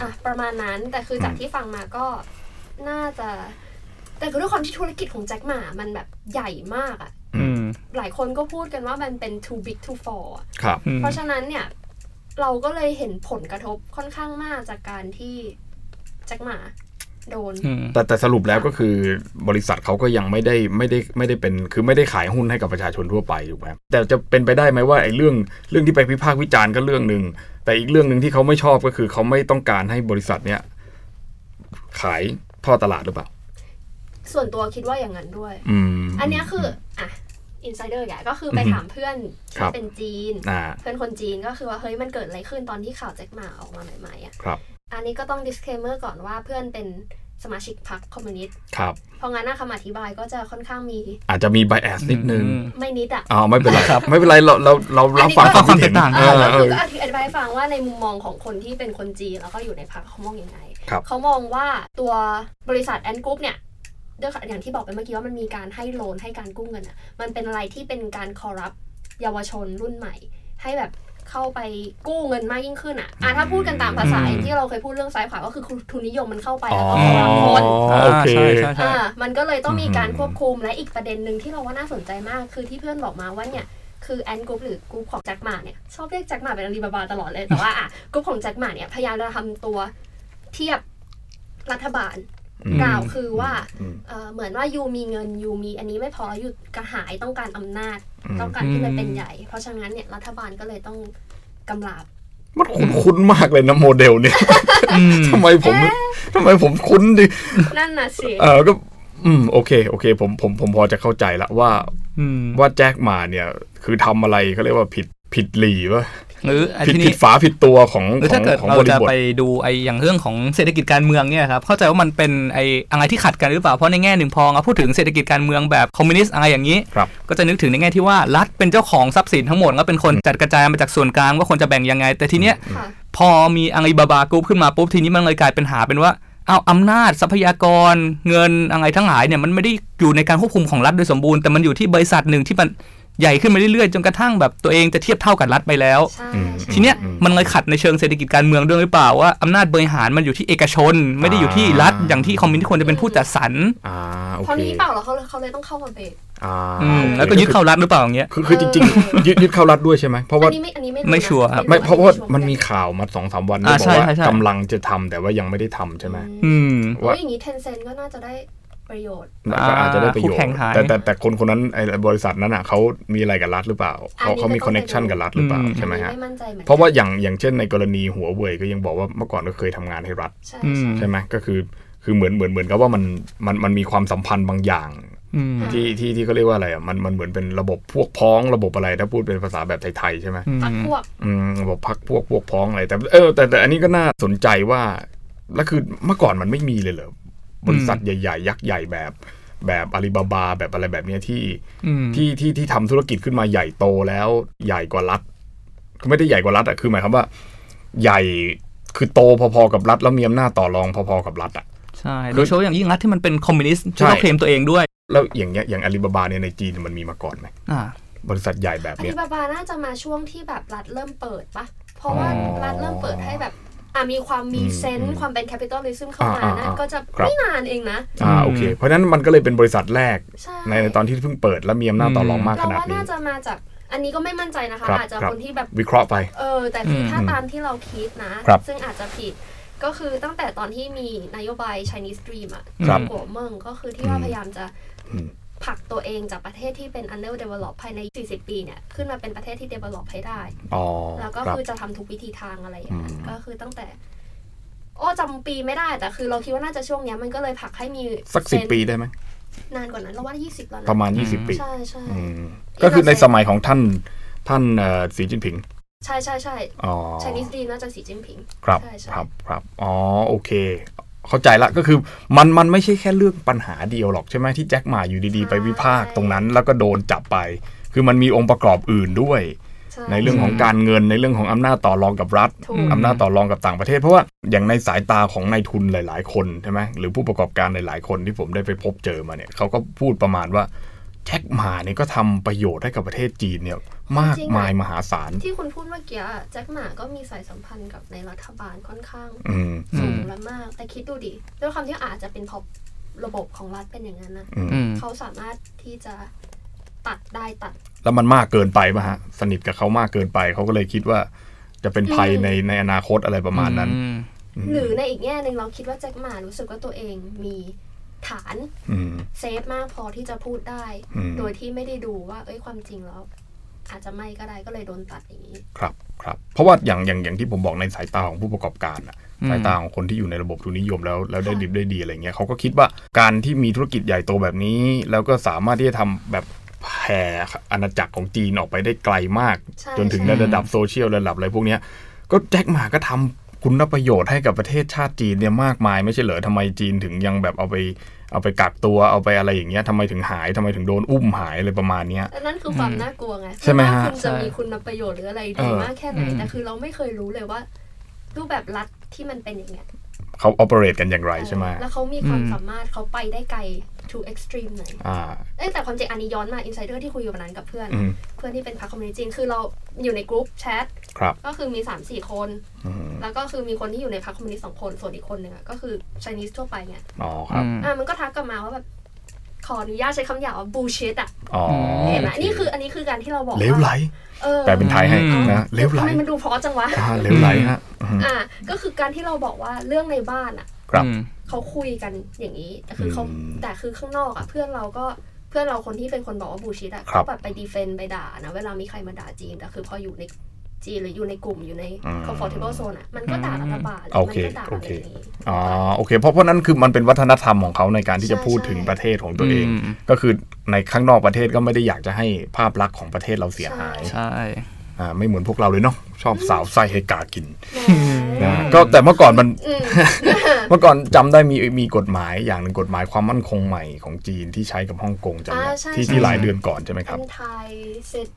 Speaker 3: อ่ะประมาณนั้น แต่คือจากที่ฟังมาก็น่าจะ แต่คือด้วยความที่ธุรกิจของแจ็คหมามันแบบใหญ่มากอะ
Speaker 1: อืม
Speaker 3: หลายคนก็พูดกันว่ามันเป็น too big to fall อะ
Speaker 2: ครับ
Speaker 1: อืม
Speaker 3: เพราะฉะนั้นเนี่ยเราก็เลยเห็นผลกระทบค่อนข้างมากจากการที่แจ็คหมาโดน
Speaker 2: แต่แต่สรุปแล้วก็คือบริษัทเขาก็ยังไม่ได้ไม่ได้ไม่ได้เป็นคือไม่ได้ขายหุ้นให้กับประชาชนทั่วไปถูกไหมแต่จะเป็นไปได้ไหมว่าไอ้เรื่องเรื่องที่ไปพิพากษ์วิจารณ์ก็เรื่องหนึ่งแต่อีกเรื่องหนึ่งที่เขาไม่ชอบก็คือเขาไม่ต้องการให้บริษัทเนี้ยขายท่อตลาดหรือเปล่า
Speaker 3: ส่วนตัวคิดว่าอย่างนั้นด้วย
Speaker 2: อืม
Speaker 3: อันเนี้ยคืออ่ะอินไซเดอร์แกก็คือไป
Speaker 2: อือฮึ
Speaker 3: ถามเพื่อน
Speaker 2: ครับ
Speaker 3: ที่เป็นจีน
Speaker 2: อ่า
Speaker 3: เพื่อนคนจีนก็คือว่าเฮ้ยมันเกิดอะไรขึ้นตอนที่ข่าวแจ็คหมาออกมาใหม่ๆอ่ะ
Speaker 2: ครับ
Speaker 3: อันนี้ก็ต้อง disclaimer ก่อนว่าเพื่อนเป็นสมาชิกพรรคคอมมิวนิสต์
Speaker 2: ครับ
Speaker 3: เพราะงั้นนะคำอธิบายก็จะค่อนข้างมี
Speaker 2: อาจจะมี b บแอสนิดนึง
Speaker 3: ไม่นิดอ่ะ
Speaker 2: อ้าวไม่เป็นไร
Speaker 1: ครับ
Speaker 2: ไม่เป็นไรเราเราเราเราฟังความคิดเห็น
Speaker 1: อันนี้
Speaker 2: เออเอ
Speaker 3: คือ
Speaker 2: อ
Speaker 3: ก็อธิบายให้ฟังว่าในมุมมองของคนที่เป็นคนจีนแล้วก็อยู่ในพรรคเขามองยังไง
Speaker 2: ครับ
Speaker 3: เขามองว่าตัวบริษัทแอนกรุ๊ปเนี่ยด้วยอย่างที่บอกไปเมื่อกี้ว่ามันมีการให้โลนให้การกู้เงินอ่ะ มันเป็นอะไรที่เป็นการคอร์รัปเยาวชนรุ่นใหม่ ให้แบบเข้าไปกู้เงินมากยิ่งขึ้นอ่ะอ่ะถ้าพูดกันตามภาษา
Speaker 1: อืม
Speaker 3: ที่เราเคยพูดเรื่องซ้ายขวาก็คือทุนนิยมมันเข้าไป
Speaker 2: อ๋อ
Speaker 3: แล้วก็คอร์รัปคน
Speaker 2: โอเค
Speaker 1: ใช่ใช่ใช่
Speaker 3: อ่ามันก็เลยต้องมีการ
Speaker 2: อืม
Speaker 3: ควบคุมและอีกประเด็นหนึ่งที่เราว่าน่าสนใจมาก คือที่เพื่อนบอกมาว่าเนี่ย คือแอนกรุ๊ปหรือกรุ๊ปของแจ็คหมาเนี่ย ชอบเรียกแจ็คหมาเป็นอาลีบาบาตลอดเลย แต่ว่าอ่ะกรุ๊ปของแจ็คหมาเนี่ย พยายามจะทำตัวเทียบรัฐบาล
Speaker 2: อืม
Speaker 3: กล่าวคือว่า
Speaker 2: อืม
Speaker 3: เอ่อเหมือนว่ายูมีเงินยูมี อันนี้ไม่พอยูกระหายต้องการอำนาจ
Speaker 2: อืม
Speaker 3: ต้องการที่มันเป็น
Speaker 1: อืม
Speaker 3: ใหญ่ เพราะฉะนั้นเนี่ยรัฐบาลก็เลยต้องกำราบ
Speaker 2: มันคุ้นๆมากเลยนะโมเดลเนี่ย
Speaker 1: อืม
Speaker 2: ทำไมผม
Speaker 3: เอ๊ะ
Speaker 2: ทำไมผมคุ้นดิ
Speaker 3: นั่นน่ะสิ
Speaker 2: เออก็ อืม โอเค โอเค ผม ผม ผมพอจะเข้าใจละว่า
Speaker 1: อืม
Speaker 2: ว่าแจ็คหมาเนี่ย คือทำอะไรเขาเรียกว่าผิด ผิดหลีวะ
Speaker 1: หรืออัน
Speaker 2: ผิด
Speaker 1: ที่
Speaker 2: ผิ
Speaker 1: นี้
Speaker 2: ดฝาผิดตัวของ
Speaker 1: หรือ
Speaker 2: ขอ
Speaker 1: ถ้าง เกิด
Speaker 2: ของ
Speaker 1: เรา
Speaker 2: บริ
Speaker 1: จะ
Speaker 2: บท
Speaker 1: ไปดูไออย่างเรื่องของเศรษฐกิจการเมืองเนี่ยครับเข้าใจว่ามันเป็นไออะไรที่ขัดกันหรือเปล่าเพราะในแง่หนึ่งพอเราพูดถึงเศรษฐกิจการเมืองแบบคอมมิวนิสต์อะไรอย่างนี้
Speaker 2: ครับ
Speaker 1: ก็จะนึกถึงในแง่ที่ว่ารัฐเป็นเจ้าของทรัพย์สินทั้งหมดแล้วเป็นคนจัดกระจายมาจากส่วนกลางว่าควรจะแบ่งยังไง แต่ทีเนี้ย
Speaker 3: ค่ะ
Speaker 1: พอมีอาลีบาบากรุ๊ปขึ้นมาปุ๊บทีนี้มันเลยกลายเป็นหาเป็นว่าเอาอำนาจทรัพยากร เงินอะไรทั้งหลายเนี่ยมันไม่ได้อยู่ในการควบคุมของรัฐโดยสมบูรณ์แต่มันอยู่ที่บริษัทหนึ่งที่มันใหญ่ขึ้นมาเรื่อยๆจนกระทั่งแบบตัวเองจะเทียบเท่ากับรัฐไปแล้ว
Speaker 3: ใช่
Speaker 2: อืม
Speaker 3: ใช่
Speaker 1: ทีเนี้ย
Speaker 2: อืม
Speaker 1: มันเลยขัดในเชิงเศรษฐกิจการเมืองด้วยหรือเปล่าว่าอำนาจบริหารมันอยู่ที่เอกชน ไม่ได้อยู่ที่รัฐ
Speaker 2: อ่า
Speaker 1: อย่างที่คอมมิวนิสต์ควรจะเป็นผู้จัดสรร
Speaker 2: อ่า โอ
Speaker 3: พอ
Speaker 2: เค
Speaker 3: นี้เปล่าเหรอเขาเลยเขาเลยต้องเข้ามาเบรก
Speaker 2: อ่า
Speaker 1: อืม
Speaker 2: โอเค
Speaker 1: แล้วก็ยึดเข้ารัฐหรือเปล่าอย่างเงี้ย
Speaker 2: คือ คือจริง
Speaker 1: *laughs*
Speaker 2: ๆ ยึด ยึดเข้ารัฐด้วยใช่ไหม เพราะว่า
Speaker 3: อันนี้ไม่อันนี้ไม่
Speaker 1: ไม่
Speaker 3: นะ
Speaker 1: ชัวร์ครับ
Speaker 2: ไม่ เพราะว่า
Speaker 3: ชั
Speaker 2: มันมีข่าวมาสองสามวันที่
Speaker 1: อ่า
Speaker 2: บอ
Speaker 1: ใช่
Speaker 2: กว่า
Speaker 1: ใช่ใช่
Speaker 2: กำลังจะทำแต่ว่ายังไม่ได้ทำใช่ไหม
Speaker 1: อื
Speaker 3: อืม
Speaker 1: ม
Speaker 3: โอ้ย
Speaker 2: ว่า
Speaker 3: อย่างนี้เทนเซนก็น่าจะได้ประโยชน์
Speaker 2: ก็อาจจะได้ประโย
Speaker 1: คู่
Speaker 2: ช
Speaker 1: แข่
Speaker 2: น์
Speaker 1: งหาย
Speaker 2: แต่แต่แต่คนคนนั้นไอ้บริษัทนั้นอ่ะเขามีอะไรกับรัฐหรือเปล่า
Speaker 3: อัน
Speaker 2: เขา
Speaker 3: นี้
Speaker 2: เขามี
Speaker 3: ก็ต้
Speaker 2: ค
Speaker 3: อง
Speaker 2: อนเน t ชัน
Speaker 3: ไปดู
Speaker 2: กับรัฐหรือเปล่า
Speaker 1: อืม
Speaker 2: ใช่ไหมฮะ
Speaker 3: ไม่มั่นใจเหมือน
Speaker 2: เพราะว่าอย่างอย่างเช่นในกรณีหัวเว่ยก็ยังบอกว่าเมื่อก่อนก็เคยทำงานให้รัฐ
Speaker 3: ใช่
Speaker 1: อืม
Speaker 2: ใช่ไหมก็คือคือเหมือนเหมือนเหมือนกับว่ามันมันมันมีความสัมพันธ์บางอย่าง
Speaker 1: อืม
Speaker 2: ที่ที่ที่เขาเรียกว่าอะไรอ่ะมันมันเหมือนเป็นระบบพวกพ้องระบบอะไรถ้าพูดเป็นภาษาแบบไทยๆใช่ไหม
Speaker 1: อืม
Speaker 3: พักพวก
Speaker 2: อืมระบบพักพวกพวกพ้องอะไรแต่เออแต่แต่อันนี้ก็น่าสนใจว่า แล้วคือเมื่อก่อนมันไม่มีเลยเหรอบริษัทใหญ่ๆ ยักษ์ใหญ่แบบแบบอาลีบาบาแบบอะไรแบบเนี้ยที่
Speaker 1: อืม
Speaker 2: ที่ที่ที่ทำธุรกิจขึ้นมาใหญ่โตแล้วใหญ่กว่ารัฐคือไม่ได้ใหญ่กว่ารัฐอะคือหมายความว่า ใหญ่คือโตพอๆกับรัฐแล้วมีอำนาจต่อรองพอๆกับรัฐอะ
Speaker 1: ใช่โดยเฉพาะอย่างยิ่งรัฐที่มันเป็นคอมมิวนิสต์ที่
Speaker 2: ใช่
Speaker 1: เขาเคลมตัวเองด้วย
Speaker 2: แล้วอย่างเงี้ยอย่างอาลีบาบาเนี่ยในจีนมันมีมาก่อนไหม
Speaker 1: อ่า
Speaker 2: บริษัทใหญ่แบบ
Speaker 3: อัน
Speaker 2: เนี้
Speaker 3: นี้
Speaker 2: ย
Speaker 3: บาบาน่าจะมาช่วงที่แบบรัฐเริ่มเปิดปะเพราะว่า
Speaker 2: อ๋อ
Speaker 3: รัฐเริ่มเปิดให้แบบ อ่ะมีความมี
Speaker 2: อืม
Speaker 3: เซนส์
Speaker 2: อืม
Speaker 3: ความเป็นแคปิตอลลิซึมเข้ามา
Speaker 2: อ่า
Speaker 3: นะ
Speaker 2: อ่า
Speaker 3: ก็จะ
Speaker 2: ครับ
Speaker 3: ไม่นานเองนะ
Speaker 2: อ่าโอเค เพราะฉะนั้นมันก็เลยเป็นบริษัทแรก
Speaker 3: ใช่
Speaker 2: ในตอนที่เพิ่งเปิดและมีอำนาจต่อรองมากข
Speaker 3: เรา
Speaker 2: นาด
Speaker 3: ว่า
Speaker 2: นี้
Speaker 3: น่าจะมาจากอันนี้ก็ไม่มั่นใจนะคะ
Speaker 2: ครับ
Speaker 3: อาจจะ
Speaker 2: ครับ
Speaker 3: คนที่แบบ
Speaker 2: วิเคราะห์ไป
Speaker 3: เออ แต่คืออ
Speaker 1: ม
Speaker 3: ถ้าตามที่เราคิดนะ
Speaker 2: ครับ
Speaker 3: ซึ่งอาจจะผิดก็คือตั้งแต่ตอนที่มีนโยบาย Chinese Dream อะ
Speaker 2: ครับ
Speaker 3: กัวเมืองก็คือที่ว่า
Speaker 2: อืม
Speaker 3: พยายามจะ
Speaker 2: อืม
Speaker 3: ผลักตัวเองจากประเทศที่เป็น under develop ภายใน 40 ปีเนี่ย ขึ้นมาเป็นประเทศที่ develop ให้ได้
Speaker 2: อ๋อ
Speaker 3: แล้วก็
Speaker 2: ครับ
Speaker 3: คือจะทำทุกวิธีทางอะไรอย่างนั้น
Speaker 2: อืม
Speaker 3: ก็คือตั้งแต่อ้อจำปีไม่ได้แต่คือเราคิดว่าน่าจะช่วงเนี้ยมันก็เลยผลักให้มี
Speaker 2: สักสิบปีได้ไหม
Speaker 3: นานกว่านั้นเราว่า20แล้วนะ
Speaker 2: ประมาณ
Speaker 1: อืม
Speaker 2: 20 ปี
Speaker 3: ใช่ใช่
Speaker 2: อืมก็คือในสมัยของท่านท่านเอ่อสีจิ้นผิง
Speaker 3: ใช่ใช่ใช่
Speaker 2: อ๋อ
Speaker 3: Chinese Dream น่าจะสีจิ้นผิง
Speaker 2: ครับ
Speaker 3: ใช่ใช่
Speaker 2: ครับครับอ๋อโอเค เข้าใจละก็คือมันมันไม่ใช่แค่เรื่องปัญหาเดียวหรอกใช่ไหมที่แจ็คหมาอยู่ดีๆ ไปวิพากษ์ตรงนั้น แล้วก็โดนจับไป คือมันมีองค์ประกอบอื่นด้วย
Speaker 3: ช่
Speaker 2: ในเรื่องของการเงินในเรื่องของอำนาจต่อรองกับรัฐ
Speaker 3: ถูก
Speaker 2: อำนาจต่อรองกับต่างประเทศ เพราะว่าอย่างในสายตาของนายทุนหลาย ๆ คนใช่ไหมหรือผู้ประกอบการหลาย ๆ คนที่ผมได้ไปพบเจอมาเนี่ยเขาก็พูดประมาณว่าแจ็คหมาเนี่ยก็ทำประโยชน์ให้กับประเทศจีนเนี่ยมากมายมหาศาล
Speaker 3: ที่คุณพูดเมื่อกี้อะแจ็คหมาก็มีสายสัมพันธ์กับในรัฐบาลค่อนข้าง
Speaker 2: อืม
Speaker 3: สูงและมาก แต่คิดดูดิด้วยความที่อาจจะเป็นเพราะระบบของรัฐเป็นอย่างนั้นนะ
Speaker 2: อืม
Speaker 1: อืม
Speaker 3: เขาสามารถที่จะตัดได้ตัด
Speaker 2: แล้วมันมากเกินไปป่ะฮะสนิทกับเขามากเกินไปเขาก็เลยคิดว่า จะเป็นภัย
Speaker 3: อืม
Speaker 2: ในในอนาคตอะไรประมาณนั้น
Speaker 1: อืม
Speaker 2: อืม
Speaker 3: หรือในอีกแง่หนึ่งเราคิดว่าแจ็คหมารู้สึกว่าตัวเองมีฐาน
Speaker 2: ม
Speaker 3: เซฟมากพอที่จะพูดได้
Speaker 2: อืม
Speaker 3: โดยที่ไม่ได้ดูว่า เอ้ยความจริงแล้ว อาจจะไม่ก็ได้ก็เลยโดนตัดอย่างนี้
Speaker 2: ครับครับเพราะว่าอย่างอย่างอย่างที่ผมบอกในสายตาของผู้ประกอบการอะ
Speaker 1: อืม
Speaker 2: สายตาของคนที่อยู่ในระบบทุนนิยมแล้วแล้วได้
Speaker 3: ค่ะ
Speaker 2: ดิบได้ดีอะไรเงี้ยเขาก็คิดว่าการที่มีธุรกิจใหญ่โตแบบนี้ แล้วก็สามารถที่จะทำแบบแผ่อาณาจักรของจีนออกไปได้ไกลมาก
Speaker 3: ใช่
Speaker 2: จนถึง
Speaker 3: ใช่
Speaker 2: ในระดับโซเชียลระดับอะไรพวกเนี้ยก็แจ็คหมาก็ทำคุณประโยชน์ให้กับประเทศชาติจีนเนี่ยมากมายไม่ใช่เหรอทำไมจีนถึงยังแบบเอาไปเอาไปกักตัวเอาไปอะไรอย่างเงี้ยทำไมถึงหายทำไมถึงโดนอุ้มหายอะไรประมาณเนี้ย
Speaker 3: อันนั้นคือความน่ากลัวไง
Speaker 2: ใช่ไหมฮะ
Speaker 3: ว่าคุณจะ
Speaker 1: ใช่
Speaker 3: มีคุณประโยชน์หรืออะไร
Speaker 2: เอ
Speaker 3: ดี
Speaker 2: อ
Speaker 3: มากแค่ไหน
Speaker 1: อืม
Speaker 3: แต่คือเราไม่เคยรู้เลยว่า รูปแบบรัฐที่มันเป็นอย่างเงี้ย
Speaker 2: เขาออเปเรตกันอย่างไรใช่ไหม
Speaker 3: แล้วเขามีความ
Speaker 1: อืม
Speaker 3: สามารถเขาไปได้ไกล to extreme ไหน
Speaker 2: อ่า
Speaker 3: เอ้ยแต่ความจริงอันนี้ย้อนมา อินไซเดอร์ที่คุยอยู่วันนั้นกับเพื่อน
Speaker 2: อืม
Speaker 3: เพื่อนที่เป็นพรรคคอมมิวนิสต์จีนคือเราอยู่ในกลุ่มแชท
Speaker 2: ครับ
Speaker 3: ก็คือมี 3 4 คน
Speaker 2: อืม
Speaker 3: แล้วก็คือมีคนที่อยู่ในพรรคคอมมิวนิสต์สองคนส่วนอีกคนหนึ่งอะก็คือชนีสทั่วไปไง
Speaker 2: อ๋อครับ
Speaker 1: อืม
Speaker 3: อ่ะมันก็ทักกลับมาว่าแบบขออนุญาตใช้คำหยาบว่าบูชิตอ่ะ
Speaker 2: อ๋อ
Speaker 1: ม
Speaker 3: เห็นไหม
Speaker 2: โอค
Speaker 3: นี่คืออันนี้คือการที่เราบอก
Speaker 2: เลวไหล
Speaker 3: ว่าเออ
Speaker 2: แปลเป็นไทยให้
Speaker 1: อืม
Speaker 2: นะเลวไหล
Speaker 3: ทำไมมันดูเพราะจังวะ
Speaker 2: อ่าเลวไหลฮะอืม
Speaker 3: อ่ะก็คือการที่เราบอกว่าเรื่องในบ้านอ่ะ
Speaker 2: ครับ
Speaker 1: อืม
Speaker 3: เขาคุยกันอย่างนี้ แต่คือเขา
Speaker 2: อืม
Speaker 3: แต่คือข้างนอกอ่ะเพื่อนเราก็เพื่อนเราคนที่เป็นคนบอกว่าบูชิดอ่ะ
Speaker 2: ครั
Speaker 3: เขา
Speaker 2: บ
Speaker 3: แบบไปดีเฟนต์ไปด่านะ เวลามีใครมาด่าจีนแต่คือพออยู่ในจีนหรืออยู่ในกลุ่มอยู่ใน
Speaker 2: อืม
Speaker 3: comfortable zone อ่ะมันก็ด่ารัฐบาล
Speaker 2: โอ
Speaker 3: มั
Speaker 2: เค
Speaker 3: ก็ด่า
Speaker 2: โอ
Speaker 3: อะไร
Speaker 2: เค
Speaker 3: อย่างนี้
Speaker 2: อ๋อโอเค เพราะเพราะนั้นคือมันเป็นวัฒนธรรมของเขาในการที่จะ
Speaker 3: ใช่
Speaker 2: พูด
Speaker 3: ใช่
Speaker 2: ถึงประเทศของตัวเอง
Speaker 1: อืม
Speaker 2: ก็คือในข้างนอกประเทศก็ไม่ได้อยากจะให้ภาพลักษณ์ของประเทศเราเสียหาย
Speaker 1: ใช่
Speaker 2: อ่าไม่เหมือนพวกเราเลยเนาะชอบสาวไส้ให้กากิน
Speaker 3: แหม
Speaker 2: นะก็แต่เมื่อก่อนมัน
Speaker 3: อืม
Speaker 2: *laughs* เมื่อก่อนจำได้มีมีกฎหมายอย่างหนึ่งกฎหมายความมั่นคงใหม่ของจีนที่ใช้กับฮ่องกงจำได้
Speaker 3: อ่าใช่
Speaker 2: ที่
Speaker 3: ใช่
Speaker 2: ที่หลายเดือนก่อนใช่ไหมค
Speaker 3: เป็
Speaker 2: รับ
Speaker 3: นไทยเซต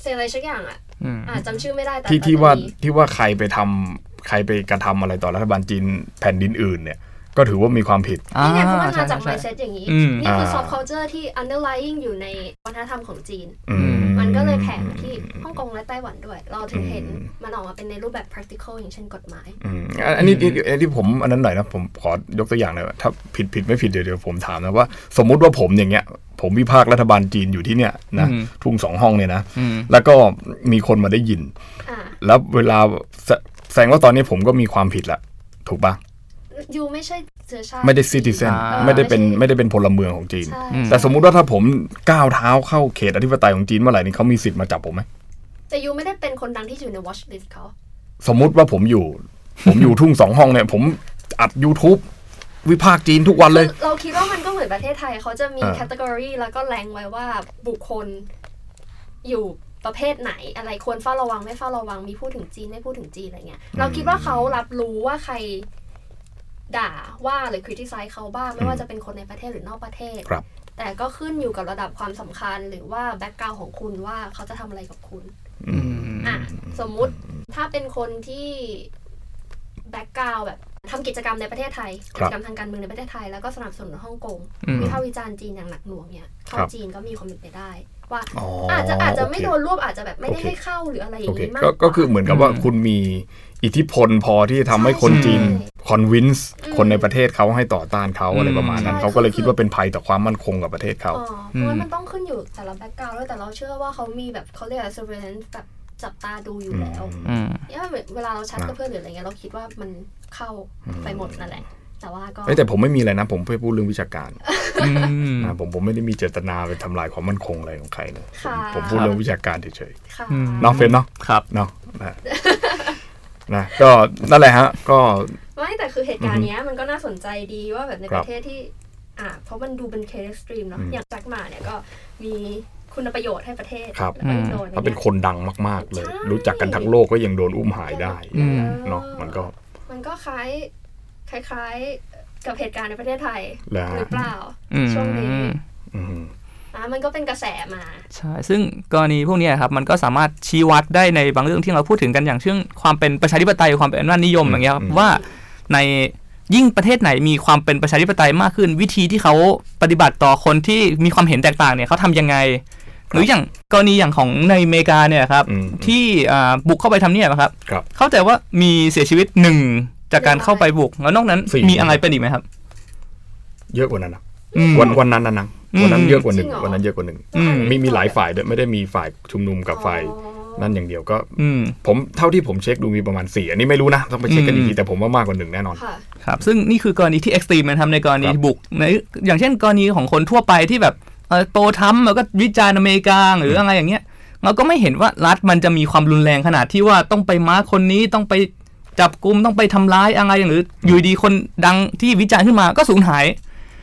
Speaker 3: เซตอะไรสักอย่างอ่ะ
Speaker 1: อืม
Speaker 3: อ่ะจำชื่อไม่ได้แต่
Speaker 2: ที่
Speaker 3: แต่
Speaker 2: ที่ว่า
Speaker 3: จะมี
Speaker 2: ที่ว่าใครไปทำใครไปกระทำอะไรต่อรัฐบาลจีนแผ่นดินอื่นเนี่ย ก็ถือว่ามีความผิด
Speaker 3: นี่ไงเพราะมันมาจาก
Speaker 1: ใช่ใช่
Speaker 3: mindset อย่างนี้
Speaker 1: อืม
Speaker 3: นี่คือ
Speaker 2: อ่า
Speaker 3: soft culture ที่ underlying อยู่ในวัฒนธรรมของจีน
Speaker 2: อื
Speaker 3: มันก็เลยแผ่มาที่ฮ่องกงและไต้หวันด้วย เราถึงเห็นมันออกมาเป็นในรูปแบบ practical อย่างเช่นกฎหมาย
Speaker 2: อืมอันอันนี้อันนี้อันนี้ผมอันนั้นหน่อยนะผมขอยกตัวอย่างหน่อยว่าถ้าผิดผิดไม่ผิดเดี๋ยวเดี๋ยวผมถามนะว่า สมมุติว่าผมอย่างเงี้ย ผมวิพากษ์รัฐบาลจีนอยู่ที่เนี่ยนะ
Speaker 1: อืม
Speaker 2: ทุ่งสองห้องเนี่ยนะ
Speaker 1: อืม
Speaker 2: แล้วก็มีคนมาได้ยิน
Speaker 3: อ่า
Speaker 2: แล้วเวลาแสแสดงว่าตอนนี้ผมก็มีความผิดละถูกปะ
Speaker 3: ยูไม่ใช่เชื้อชาติ
Speaker 2: ไม่ได้ซิติเซน
Speaker 1: อ่า
Speaker 2: ไม่ได้เป็นไม่ได้เป็นพลเมืองของจีน
Speaker 3: ใช่
Speaker 1: อืม
Speaker 2: แต่สมมุติว่าถ้าผมก้าวเท้าเข้าเขตอธิปไตยของจีนเมื่อไหร่นี่เขามีสิทธิ์มาจับผมไหม
Speaker 3: แต่ยูไม่ได้เป็นคนดังที่อยู่ใน watch list เขา
Speaker 2: สมมุติว่าผมอยู่ ผมอยู่ทุ่งสองห้องเนี่ย ผมอัด YouTube วิพากษ์จีนทุกวันเลย
Speaker 3: เราคิดว่ามันก็เหมือนประเทศไทยเขาจะมี
Speaker 2: อ่า
Speaker 3: category แล้วก็แรงไว้ว่าบุคคลอยู่ประเภทไหน อะไรควรเฝ้าระวังไม่เฝ้าระวังมีพูดถึงจีนไม่พูดถึงจีนอะไรเงี้ยเราคิดว่าเขารับรู้ว่าใครด่าว่าหรือคริติไซส์เขาบ้าง ไม่ว่าจะเป็นคนในประเทศหรือนอกประเทศ
Speaker 2: ครับ
Speaker 3: แต่ก็ขึ้นอยู่กับระดับความสำคัญหรือว่าแบ็กกราวของคุณว่าเขาจะทำอะไรกับคุณ
Speaker 1: อืม
Speaker 3: อ่ะสมมุติถ้าเป็นคนที่แบ็กกราวแบบทำกิจกรรมในประเทศไทย
Speaker 2: ค
Speaker 3: กิ
Speaker 2: รับ
Speaker 3: จกรรมทางการเมืองในประเทศไทยแล้วก็สนับสนุนฮ่องกง
Speaker 1: อืม
Speaker 3: วิพากษ์วิจารณ์จีนอย่างหนักหน่วงเนี่ยเข้า
Speaker 2: ครับ
Speaker 3: จีนก็มีความเป็นไปได้ ว่า
Speaker 2: อ๋อ
Speaker 3: อาจจะอาจจะไม่
Speaker 2: โอเค
Speaker 3: โดนรวบอาจจะแบบไม่ได้
Speaker 2: โอเค
Speaker 3: ให้เข้าหรืออะไรอย่า
Speaker 2: โอง เค
Speaker 3: นี้มาก
Speaker 2: ก็ก็คือเหมือนกับว่า
Speaker 1: อืม
Speaker 2: คุณมีอิทธิพลพอที่จะทำให้คนจีนคอนวินส์คนในประเทศเขาให้ต่อต้านเขาอะไรประมาณนั้นเขาก็เลยคิดว่าเป็นภัยต่อความมั่นคงกับประเทศเขา
Speaker 3: อ๋อเพราะว่ามันต้องขึ้นอยู่แต่ละแบ็กกราวด์แล้วยแต่เราเชื่อว่าเขามีแบบเขาเรียกอะไร surveillance แบบจับตาดูอยู่แล้ว
Speaker 1: อืม
Speaker 3: เนี่ยเหมือนเวลาเราแชัด
Speaker 2: อ่ะ
Speaker 3: กับเพื่อนหรืออะไรเงี้ยเราคิดว่ามันเข้าไปหมดนั่นแหละ แต่ว่าก็
Speaker 2: เอ้ยแต่ผมไม่มีอะไรนะ ผมเพื่อพูดเรื่องวิชาการ
Speaker 1: อืม
Speaker 2: นะผมผมไม่ได้มีเจตนาไปทำลายความมั่นคงอะไรของใครเลยผม
Speaker 3: ค่ะ
Speaker 2: ผมพูดเรื่องวิชาการเฉย
Speaker 3: ค่ะ
Speaker 1: อืม
Speaker 2: ๆเนาะเฟรนเนาะ
Speaker 1: ครับ
Speaker 2: เนาะนะนะก็นั่นแหละฮะ ก็
Speaker 3: ไม่แต่คือเหตุการณ์เนี้ยมันก็น่าสนใจดีว่าแบบใน
Speaker 2: ค
Speaker 3: ป
Speaker 2: รับ
Speaker 3: ระเทศที่ อ่ะเพราะมันดูเป็นเคสสตรีมเนาะ
Speaker 2: อืม
Speaker 3: อย่างแจ็คหมาเนี่ยก็มีคุณประโยชน์ให้ประเทศ
Speaker 2: ครับ
Speaker 3: แล้วก็ยังโดน
Speaker 2: ถ้าเป็น
Speaker 3: อย่าง
Speaker 2: ค
Speaker 3: งี้ย
Speaker 2: นดังมากๆเลย
Speaker 3: ใช่
Speaker 2: รู้จักกันทั้งโลกก็ยังโดนอุ้มหายได้
Speaker 1: อืม
Speaker 2: เนาะมันก็
Speaker 3: มันก็คล้ายคล้ายๆกับเหตุการณ์ในประเทศไทย
Speaker 2: แล้ว
Speaker 3: หรือเปล่า
Speaker 1: อืม
Speaker 3: ช่วงนี้
Speaker 2: อืม
Speaker 3: อ่ะมันก็เป็นกระแสมา
Speaker 1: ใช่ซึ่งกรณีพวกเนี้ยครับมันก็สามารถชี้วัดได้ในบางเรื่องที่เราพูดถึงกันอย่างเช่นความเป็นประชาธิปไตยความเป็นอำนาจนิยม
Speaker 2: อืม
Speaker 1: อย่างเงี้ยครับ
Speaker 2: อืม
Speaker 1: ว่าในยิ่งประเทศไหนมีความเป็นประชาธิปไตยมากขึ้น วิธีที่เขาปฏิบัติต่อคนที่มีความเห็นแตกต่างเนี่ยเขาทำยังไง หรืออย่างกรณีอย่างของในอเมริกาเนี่ยครับ
Speaker 2: อืม
Speaker 1: ที่อ่าบุกเข้าไปทำเนียบอะครับ
Speaker 2: ครับ
Speaker 1: เข้าใจว่ามีเสียชีวิตหนึ่งจากการ
Speaker 3: เรียบร้อย
Speaker 1: เข้าไปบุก แล้วนอกนั้น
Speaker 2: สี่
Speaker 1: มีอะไรเป็นอีกไหมครับ
Speaker 2: เยอะกว่านั้นนะ
Speaker 1: อืม
Speaker 2: วันวันนั้นนะนะวันนั้น
Speaker 1: อืม
Speaker 2: เยอะกว่าหนึ่ง
Speaker 3: จริงเหรอ
Speaker 2: วันนั้นเยอะกว่าหนึ่ง
Speaker 1: อืม
Speaker 2: มีมีหลายฝ่ายด้วยไม่ได้มีฝ่ายชุมนุมกับฝ่าย
Speaker 3: อ๋อ
Speaker 2: นั่นอย่างเดียวก็
Speaker 1: อืม
Speaker 2: ผมเท่าที่ผมเช็คดูมีประมาณสี่อันนี้ไม่รู้นะ ต้องไปเช็คกันอีกทีแต่ผมว่ามากกว่าหนึ่งแน่นอน
Speaker 3: ค่ะ
Speaker 1: ครับซึ่งนี่คือกรณีที่เอ็กซ์ตรีมนะครับในกรณี
Speaker 2: ครับ
Speaker 1: บุกในอย่างเช่นกรณีของคนทั่วไปที่แบบเอ่อโตทรัมป์แล้วก็วิจารณ์อเมริกาหรืออะไรอย่างเงี้ย เราก็ไม่เห็นว่ารัฐมันจะมีความรุนแรงขนาดที่ว่าต้องไปม้าคนนี้ต้องไปจับกลุมต้องไปทำร้ายอะไรอย่างหรืออยู่ดีคนดังที่วิจารณ์ขึ้นมาก็สูญหาย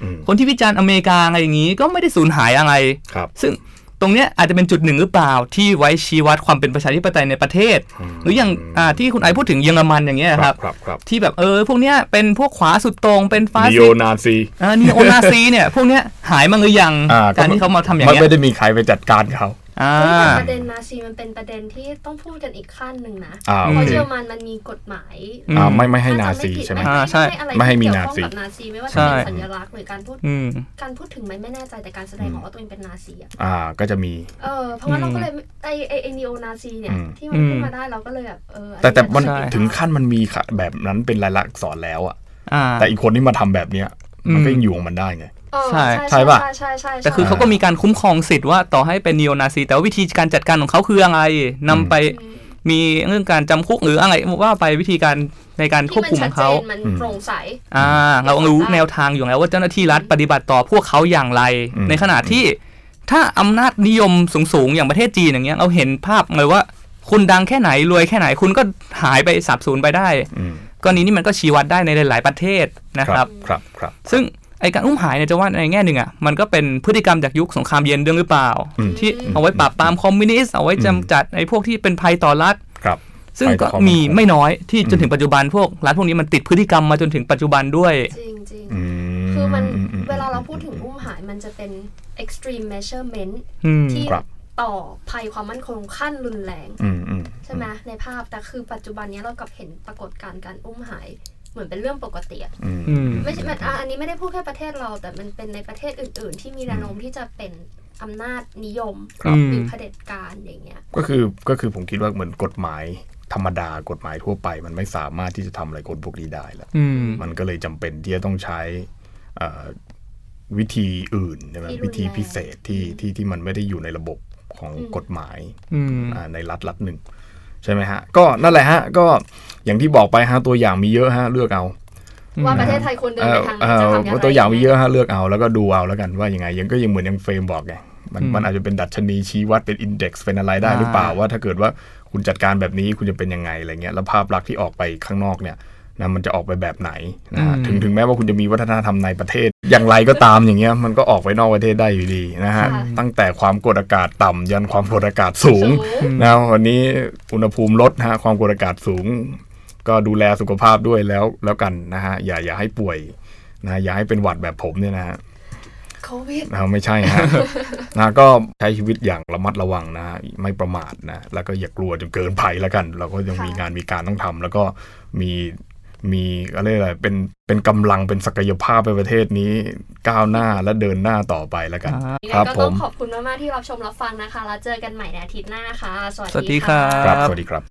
Speaker 2: อืม
Speaker 1: คนที่วิจารณ์อเมริกาอะไรอย่างนี้ก็ไม่ได้สูญหายอะไร
Speaker 2: ครับ
Speaker 1: ซึ่งตรงเนี้ยอาจจะเป็นจุดหนึ่งหรือเปล่าที่ไว้ชี้วัดความเป็นประชาธิปไตยในประเทศ
Speaker 2: อืม
Speaker 1: หรืออย่างอ่าที่คุณไอพูดถึงเยอรมันอย่างเงี้ย
Speaker 2: ค
Speaker 1: ค
Speaker 2: รั
Speaker 1: รั
Speaker 2: บบ ครับครับ
Speaker 1: ที่แบบเออพวกเนี้ยเป็นพวกขวาสุดตรงเป็นฟาส
Speaker 2: นิ
Speaker 1: ซิ
Speaker 2: โอ
Speaker 1: สต์
Speaker 2: นาซี
Speaker 1: อ่านีโอนาซีเนี่ย พวกเนี้ยหายมาหรือยังการที่เขามาทำอย่าง
Speaker 2: มัน
Speaker 1: เงี้
Speaker 2: ไม่
Speaker 1: ย
Speaker 2: ได้มีใครไปจัดการเขา
Speaker 1: อ่า
Speaker 3: แต่ประเด็นนาซีมันเป็นประเด็นที่ต้องพูดกันอีกขั้นหนึ่งนะ
Speaker 2: อ่า
Speaker 1: อื
Speaker 2: โอ
Speaker 1: ม
Speaker 3: เพราะ
Speaker 2: เค
Speaker 3: เยอรมันมันมีกฎหมาย
Speaker 1: อืม
Speaker 2: อ่าไม่ไม่ให้
Speaker 3: ถ้
Speaker 2: นา
Speaker 3: จำ
Speaker 2: ซีใช่ไหม
Speaker 1: อ่าใช่
Speaker 3: อะไร
Speaker 2: ไม่ให้มี
Speaker 3: ที่เกี่ยวข้
Speaker 2: นาซี
Speaker 3: องกับนาซีไม่ว่าจะ
Speaker 1: ใช่
Speaker 3: เป็นสัญลักษณ์หรือการพูด
Speaker 1: อืม
Speaker 3: การพูดถึงไหมไม่แน่ใจแต่การแสดงออกว่าตัวเองเป็นนาซีอ่ะ
Speaker 2: อ่าก็จะมี
Speaker 3: เออเพราะงั้น
Speaker 1: อืม
Speaker 3: เราก็เลยไอไอไอนีโอนาซีเนี่ย
Speaker 2: อืม
Speaker 3: ที่มันขึ้น
Speaker 1: อืม
Speaker 3: มาได้เราก็เลยแบบเอออั
Speaker 2: แต่แต่มัน
Speaker 1: ใช่
Speaker 2: ถึงขั้นมันมีค่ะแบบนั้นเป็นลายลักษณ์อักษรแล้วอะ
Speaker 1: อ่า
Speaker 2: แต่อีกคนที่มาทำแบบเนี้ยมันก็ยังอยู่ของมันได้ไง
Speaker 3: เออ
Speaker 1: ใช่
Speaker 2: ใช่ปะ
Speaker 3: ใช่ใช่ใช่
Speaker 1: แต่คือเขาก็มีการคุ้มครองสิทธิ์ว่าต่อให้เป็นนีโอนาซีแต่ว่าวิธีการจัดการของเขาคืออะไรนำไปมีเรื่องการจำคุกหรืออะไรว่าไปวิธีการในการควบคุมของเขา
Speaker 3: ที่มันชัดจนมัน
Speaker 2: อืม
Speaker 3: โปร่งใส
Speaker 1: อ่าเรารู้แนวทางอยู่แล้วว่าเจ้าหน้าที่รัฐปฏิบัติต่อพวกเขาอย่างไร
Speaker 2: อืม
Speaker 1: ในขณะที่ถ้าอำนาจนิยมสูงๆ อย่างประเทศจีนอย่างเงี้ยเราเห็นภาพเลยว่า คุณดังแค่ไหนรวยแค่ไหนคุณก็หายไปสับสูญไปได้
Speaker 2: อืม
Speaker 1: กรณีนี้มันก็ชี้วัดได้ในหลายๆประเทศนะค
Speaker 2: ค
Speaker 1: รั
Speaker 2: รับ บครับครับ
Speaker 1: ซึ่งไอการอุ้มหายเนี่ยจะว่าในแง่หนึ่งอ่ะมันก็เป็นพฤติกรรมจากยุคสงครามเย็นด้วยหรือเปล่า
Speaker 2: อืม
Speaker 1: ที่เอาไว้ปราบปรามคอมมิวนิสต์เอาไว้จำจัดไอพวกที่เป็นภัยต่อรัฐ
Speaker 2: ครับ
Speaker 1: ซึ่ง
Speaker 2: ภัยต่
Speaker 1: ก็
Speaker 2: อความ
Speaker 1: มี
Speaker 2: มั่นคง
Speaker 1: ไม่น้อยที่จนถึงปัจจุบันพวกรัฐพวกนี้มันติดพฤติกรรมมาจนถึงปัจจุบันด้วย
Speaker 3: จริงจริง
Speaker 2: อื
Speaker 3: คือมัน
Speaker 2: ม
Speaker 3: เวลาเราพูดถึงอุ้มหายมันจะเป็น extreme measurement
Speaker 1: อืม
Speaker 3: ที่
Speaker 2: ครับ
Speaker 3: ต่อภัยความมั่นคงขั้นรุนแรง
Speaker 2: อืมอืม
Speaker 3: ใช่ไหมในภาพแต่คือปัจจุบันเนี้ยเรากลับเห็นปรากฏการณ์การอุ้มหาย เหมือนเป็นเรื่องปกติอะ
Speaker 2: อืม
Speaker 1: อืม
Speaker 3: ไม่ใช่มันอ่ะอันนี้ไม่ได้พูดแค่ประเทศเรา แต่มันเป็นในประเทศอื่น ๆ ที่มีแนวโน้มที่จะเป็นอำนาจนิยม
Speaker 1: ครับ
Speaker 3: หรือเผด็จการอย่างเงี้ย
Speaker 2: ก็คือก็คือผมคิดว่าเหมือนกฎหมายธรรมดากฎหมายทั่วไป มันไม่สามารถที่จะทำอะไรคนพวกนี้ได้แล้ว
Speaker 1: อืม
Speaker 2: มันก็เลยจำเป็นที่จะต้องใช้เอ่อวิธีอื่นใช่ไหม
Speaker 3: ที่รุนแรง
Speaker 2: วิธีพิเศษที่ที่ที่มันไม่ได้อยู่ในระบบของ
Speaker 3: อืม
Speaker 2: กฎหมาย
Speaker 1: อืม
Speaker 2: อ่าในรัฐรัฐหนึ่งใช่ไหมฮะ ก็นั่นแหละฮะ ก็อย่างที่บอกไปฮะตัวอย่างมีเยอะฮะเลือกเอา
Speaker 3: ว่าประเทศไทยควรเดินไปทางไหน
Speaker 2: เอ่อ
Speaker 3: จะ
Speaker 2: เอ่
Speaker 3: ทำ
Speaker 2: อ
Speaker 3: ยังไง
Speaker 2: ตัวอย่างมีเยอะฮะเลือกเอาแล้วก็ดูเอาแล้วกันว่ายังไงยังก็ยังเหมือนยังเฟรมบอกไงมัน
Speaker 1: อืม
Speaker 2: มันอาจจะเป็นดัชนีชี้วัดเป็นอินเด็กซ์เป็นอะไร ได้หรือเปล่า
Speaker 1: อ่า
Speaker 2: ว่าถ้าเกิดว่าคุณจัดการแบบนี้คุณจะเป็นยังไงอะไรเงี้ยแล้วภาพลักษณ์ที่ออกไปข้างนอกเนี่ยนะมันจะออกไปแบบไหนนะฮะ
Speaker 1: อืม
Speaker 2: ถึงถึงแม้ว่าคุณจะมีวัฒนธรรมในประเทศ อย่างไรก็ตามอย่างเงี้ยมันก็ออกไปนอกประเทศได้อยู่ดีนะฮะตั้งแต่ความกดอากาศต่ำยันความกดอากาศสูง
Speaker 3: สูง
Speaker 2: นะวันนี้อุณหภูมิลดนะฮะความกดอากาศสูง ก็ดูแลสุขภาพด้วยแล้วแล้วกันนะฮะอย่าอย่าให้ป่วยนะฮะอย่าให้เป็นหวัดแบบผมเนี่ยนะฮะ
Speaker 3: โควิด
Speaker 2: นะไม่ใช่
Speaker 3: *laughs*
Speaker 2: ฮะ นะก็ใช้ชีวิตอย่างระมัดระวังนะฮะไม่ประมาทนะแล้วก็อย่ากลัวจนเกินไปแล้วกัน เราก็ยัง
Speaker 3: ค่ะ
Speaker 2: มีงานมีการต้องทำแล้วก็มี มีอะไรยกอะไรเป็นเป็นกำลังเป็นศักยภาพในประเทศนี้ก้าวหน้าและเดินหน้าต่อไปแล้วกัน
Speaker 1: อ่า
Speaker 3: ยัง
Speaker 2: ครับ
Speaker 3: ไงก็ต้อ
Speaker 2: ผ
Speaker 3: ง
Speaker 2: ม
Speaker 3: ขอบคุณมาก ๆ ที่รับชมรับฟังนะคะ แล้วเจอกันใหม่ในอาทิตย์หน้าค่ะ สวั
Speaker 1: สวัสดีครั
Speaker 3: ะ
Speaker 2: ครับสวัสดีครับ